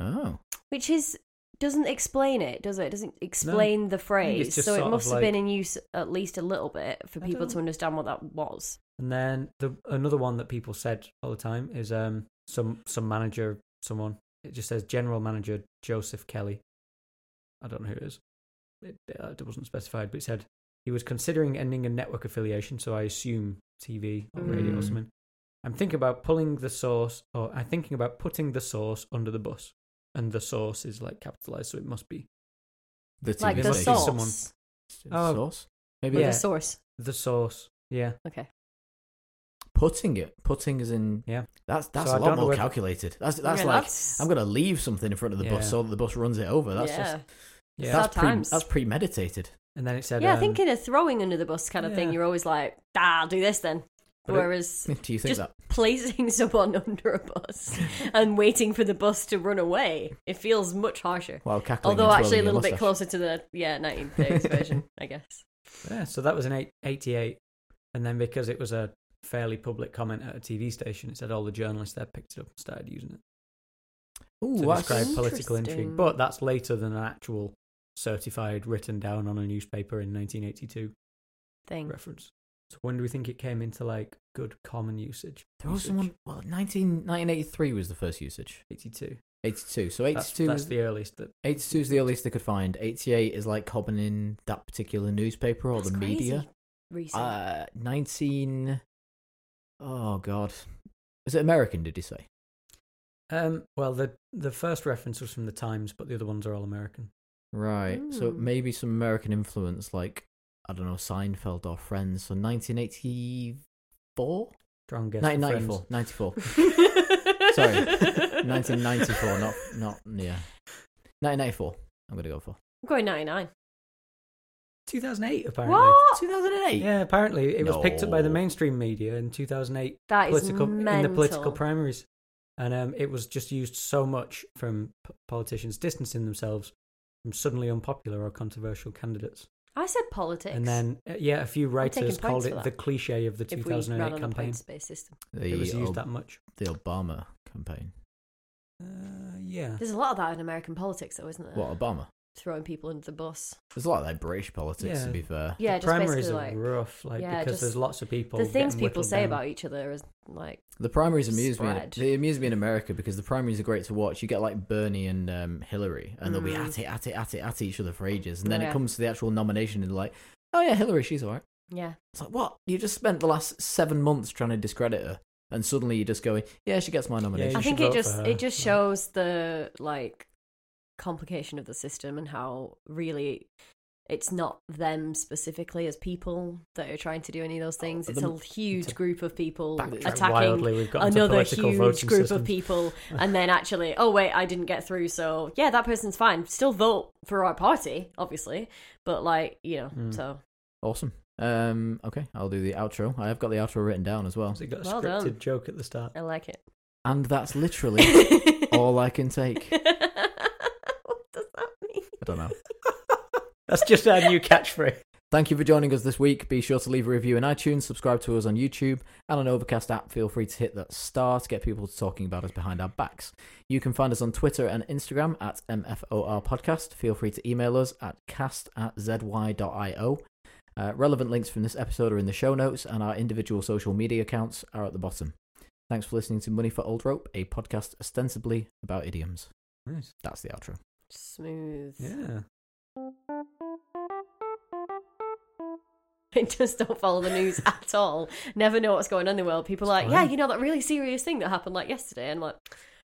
Speaker 1: Oh,
Speaker 2: Which is doesn't explain it, does it? It doesn't explain the phrase.
Speaker 3: just
Speaker 2: So
Speaker 3: sort
Speaker 2: it
Speaker 3: of
Speaker 2: must have
Speaker 3: like-
Speaker 2: been in use at least a little bit for
Speaker 3: I
Speaker 2: people
Speaker 3: don't-
Speaker 2: to understand what that was.
Speaker 3: And then the another one that people said all the time is um some some manager someone it just says general manager Joseph Kelly. I don't know who it is. It, uh, it wasn't specified, but it said he was considering ending a network affiliation, so I assume TV or radio
Speaker 2: Hmm.
Speaker 3: or
Speaker 1: Mm.
Speaker 3: something. I'm thinking about pulling the source, or I'm thinking about putting the source under the bus, and the source is like capitalized, so it must be
Speaker 1: the TV
Speaker 2: Like
Speaker 3: it
Speaker 2: the
Speaker 3: must be
Speaker 2: source.
Speaker 1: station.
Speaker 3: someone-
Speaker 1: Oh.
Speaker 3: Oh.
Speaker 1: Source.
Speaker 2: Like
Speaker 1: Maybe
Speaker 3: Yeah.
Speaker 2: The source.
Speaker 3: the source. Yeah,
Speaker 2: Okay.
Speaker 1: putting it. Putting is in.
Speaker 3: Yeah.
Speaker 1: That's that's
Speaker 3: So I
Speaker 1: a
Speaker 3: don't
Speaker 1: lot
Speaker 3: know
Speaker 1: more
Speaker 3: whether-
Speaker 1: calculated. That's that's
Speaker 2: Yeah,
Speaker 1: like
Speaker 2: that's-
Speaker 1: I'm gonna leave something in front of the
Speaker 3: Yeah.
Speaker 1: bus so that the bus runs it over. That's
Speaker 2: yeah.
Speaker 1: just
Speaker 3: yeah.
Speaker 2: That's-
Speaker 1: that's, pre-
Speaker 2: Sometimes.
Speaker 1: that's premeditated.
Speaker 3: and then it said,
Speaker 2: yeah,
Speaker 3: um,
Speaker 2: I think in a throwing under the bus kind of thing,
Speaker 3: yeah.
Speaker 2: you're always like, ah, I'll do this then.
Speaker 3: But it-
Speaker 2: Whereas
Speaker 1: Do you think
Speaker 2: just
Speaker 1: that?
Speaker 2: placing someone under a bus and waiting for the bus to run away, it feels much harsher.
Speaker 1: While cackling
Speaker 2: Although
Speaker 1: and
Speaker 2: actually a
Speaker 1: twirling your
Speaker 2: little bit
Speaker 1: mustache.
Speaker 2: closer to the yeah 1930s version, I guess.
Speaker 3: Yeah, so that was an eight, 88. And then because it was a fairly public comment at a TV station, it said all the journalists there picked it up and started using it
Speaker 1: Ooh,
Speaker 3: to
Speaker 1: that's-
Speaker 3: describe political
Speaker 2: interesting.
Speaker 3: intrigue. But that's later than an actual certified, written down on a newspaper in 1982
Speaker 2: Thing.
Speaker 3: reference. So when do we think it came into like good common usage?
Speaker 1: There was
Speaker 3: Usage.
Speaker 1: someone. Well, 19, 1983 was the first usage.
Speaker 3: 82.
Speaker 1: 82. So
Speaker 3: That's,
Speaker 1: 82
Speaker 3: that's
Speaker 1: is
Speaker 3: the earliest that
Speaker 1: 82 is the earliest they could find. 88 is like common in that particular newspaper or
Speaker 2: That's
Speaker 1: the
Speaker 2: crazy
Speaker 1: media.
Speaker 2: Recent.
Speaker 1: Uh, 19. Oh, God. Is it American, did he say?
Speaker 3: um well the the first reference was from the Times, but the other ones are all American.
Speaker 1: Right. So
Speaker 2: Mm.
Speaker 3: Hmm.
Speaker 1: maybe some American influence, like, I don't know, Seinfeld or Friends. So 1984?
Speaker 3: Try and guess the friends.
Speaker 1: 1994. 94.
Speaker 2: Sorry,
Speaker 1: 1994, not, not, yeah. 1994, I'm going to go for.
Speaker 2: I'm going 99.
Speaker 3: 2008 apparently.
Speaker 2: What?
Speaker 1: 2008?
Speaker 3: Yeah, apparently it was picked up by the
Speaker 1: No.
Speaker 3: mainstream media in 2008
Speaker 2: That is
Speaker 3: political in the
Speaker 2: mental.
Speaker 3: political primaries, and um, it was just used so much from p- politicians distancing themselves from suddenly unpopular or controversial candidates.
Speaker 2: I said politics.
Speaker 3: And then, uh, yeah, a few writers
Speaker 2: taking
Speaker 3: called
Speaker 2: points for
Speaker 3: it
Speaker 2: that.
Speaker 3: the cliche of the
Speaker 2: if we ran
Speaker 3: 2008
Speaker 2: on a
Speaker 3: campaign.
Speaker 2: points based system,
Speaker 1: The,
Speaker 3: It was used
Speaker 1: Ob-
Speaker 3: that much.
Speaker 1: the Obama campaign.
Speaker 3: Uh, yeah,
Speaker 2: there's a lot of that in American politics, though, isn't there?
Speaker 1: What, Obama?
Speaker 2: Throwing people under the bus.
Speaker 1: There's a lot of like British politics, to
Speaker 3: Yeah.
Speaker 1: be fair.
Speaker 2: Yeah,
Speaker 3: the
Speaker 2: just
Speaker 3: primaries
Speaker 2: basically
Speaker 3: are
Speaker 2: like
Speaker 3: rough, like
Speaker 2: yeah,
Speaker 3: because
Speaker 2: just
Speaker 3: there's lots of people.
Speaker 2: the things
Speaker 3: getting
Speaker 2: people
Speaker 3: whittled
Speaker 2: say
Speaker 3: down.
Speaker 2: about each other is like
Speaker 1: The primaries amuse
Speaker 2: Spread.
Speaker 1: me. They amuse me in America because the primaries are great to watch. You get like Bernie and um, Hillary, and they'll be
Speaker 3: Mm-hmm.
Speaker 2: Mm.
Speaker 1: at it, at it, at it, at each other for ages. And then
Speaker 2: Yeah.
Speaker 1: it comes to the actual nomination, and they're like, oh yeah, Hillary, she's alright.
Speaker 2: yeah.
Speaker 1: It's like what? You just spent the last seven months trying to discredit her, and suddenly you're just going, yeah, she gets my nomination.
Speaker 3: You
Speaker 2: I
Speaker 3: should
Speaker 2: think it
Speaker 3: vote for
Speaker 2: just
Speaker 3: her.
Speaker 2: it just
Speaker 3: Yeah.
Speaker 2: shows the like complication of the system and how really it's not them specifically as people that are trying to do any of those things. It's a
Speaker 1: the-
Speaker 2: huge
Speaker 3: to
Speaker 2: group of people
Speaker 3: Backtrack
Speaker 2: attacking
Speaker 3: wildly, we've got onto
Speaker 2: another
Speaker 3: political
Speaker 2: huge
Speaker 3: voting
Speaker 2: group
Speaker 3: systems.
Speaker 2: of people and then actually oh wait i didn't get through so yeah that person's fine still vote for our party obviously but like you know
Speaker 3: Mm.
Speaker 2: so
Speaker 1: Awesome. Um, okay, I'll do the outro. I have got the outro written down as well,
Speaker 3: Has it got a
Speaker 2: Well
Speaker 3: scripted
Speaker 2: done.
Speaker 3: joke at the start?
Speaker 2: i like it
Speaker 1: and that's literally all I can take.
Speaker 2: what does that mean
Speaker 1: I don't know.
Speaker 3: That's just our new catchphrase.
Speaker 1: Thank you for joining us this week. Be sure to leave a review in iTunes, subscribe to us on YouTube, and on Overcast app. Feel free to hit that star to get people talking about us behind our backs. You can find us on Twitter and Instagram at MFOR Podcast. Feel free to email us at cast at zy.io. Uh, relevant links from this episode are in the show notes, and our individual social media accounts are at the bottom. Thanks for listening to Money for Old Rope, a podcast ostensibly about idioms.
Speaker 3: Nice.
Speaker 1: That's the outro.
Speaker 2: smooth
Speaker 3: Yeah.
Speaker 2: I just don't follow the news at all. Never know what's going on in the world. People are like,
Speaker 3: It's
Speaker 2: yeah,
Speaker 3: fine.
Speaker 2: you know that really serious thing that happened like yesterday, and I'm like,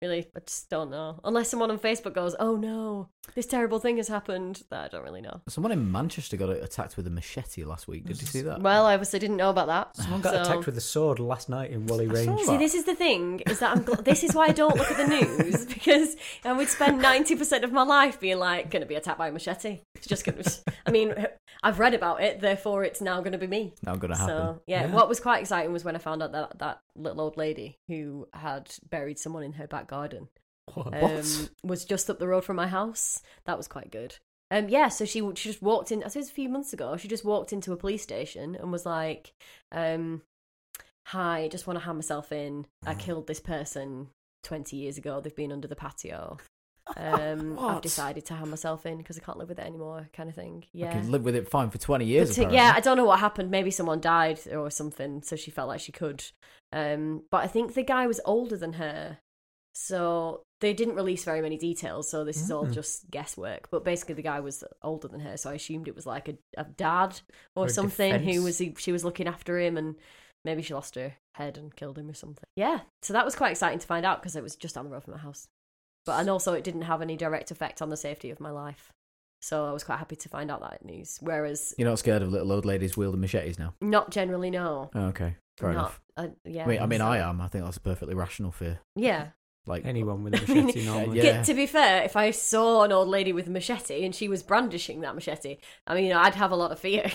Speaker 2: really, I just don't know. Unless someone on Facebook goes, oh no, this terrible thing has happened. That I don't really know.
Speaker 1: Someone in Manchester got attacked with a machete last week. Did you see that?
Speaker 2: Well, I obviously didn't know about that.
Speaker 3: Someone got
Speaker 2: so-
Speaker 3: attacked with a sword last night in Wally
Speaker 1: I saw
Speaker 3: Range.
Speaker 2: See, this is the thing: is that I'm. Gl- this is why I don't look at the news because I would spend ninety percent of my life being like, "Going to be attacked by a machete." It's just going to. I mean, I've read about it, therefore it's now going to be me.
Speaker 1: Now going to happen.
Speaker 2: So yeah,
Speaker 3: Yeah.
Speaker 2: what was quite exciting was when I found out that that little old lady who had buried someone in her back garden
Speaker 3: What?
Speaker 2: um, was just up the road from my house. That was quite good. Um, yeah, so she she just walked in. I suppose a few months ago, she just walked into a police station and was like, um, "Hi, just want to hand myself in. I killed this person twenty years ago. They've been under the patio. Um, I've
Speaker 1: What?
Speaker 2: decided to hand myself in because I can't live with it anymore." Kind of thing. Yeah.
Speaker 1: I could live with it fine for 20 years.
Speaker 2: But, uh,
Speaker 1: apparently.
Speaker 2: yeah, I don't know what happened. Maybe someone died or something, so she felt like she could. Um, but I think the guy was older than her, so they didn't release very many details. So this is all
Speaker 3: Mm.
Speaker 2: just guesswork. But basically, the guy was older than her, so I assumed it was like a, a dad or,
Speaker 3: Or a
Speaker 2: something who
Speaker 3: defense.
Speaker 2: was she was looking after him, and maybe she lost her head and killed him or something. Yeah, so that was quite exciting to find out because it was just down the road from my house. But and also, it didn't have any direct effect on the safety of my life. So I was quite happy to find out that news. Whereas
Speaker 1: You're not scared of little old ladies wielding machetes now?
Speaker 2: not generally, no.
Speaker 1: Oh, okay. Fair
Speaker 2: Not-
Speaker 1: enough.
Speaker 2: Uh, yeah.
Speaker 1: I mean, I, mean
Speaker 2: so-
Speaker 1: I am. I think that's a perfectly rational fear.
Speaker 2: Yeah.
Speaker 1: Like,
Speaker 3: Anyone with a machete normally.
Speaker 1: Yeah.
Speaker 2: Get- to be fair, if I saw an old lady with a machete and she was brandishing that machete, I mean, I'd have a lot of fear.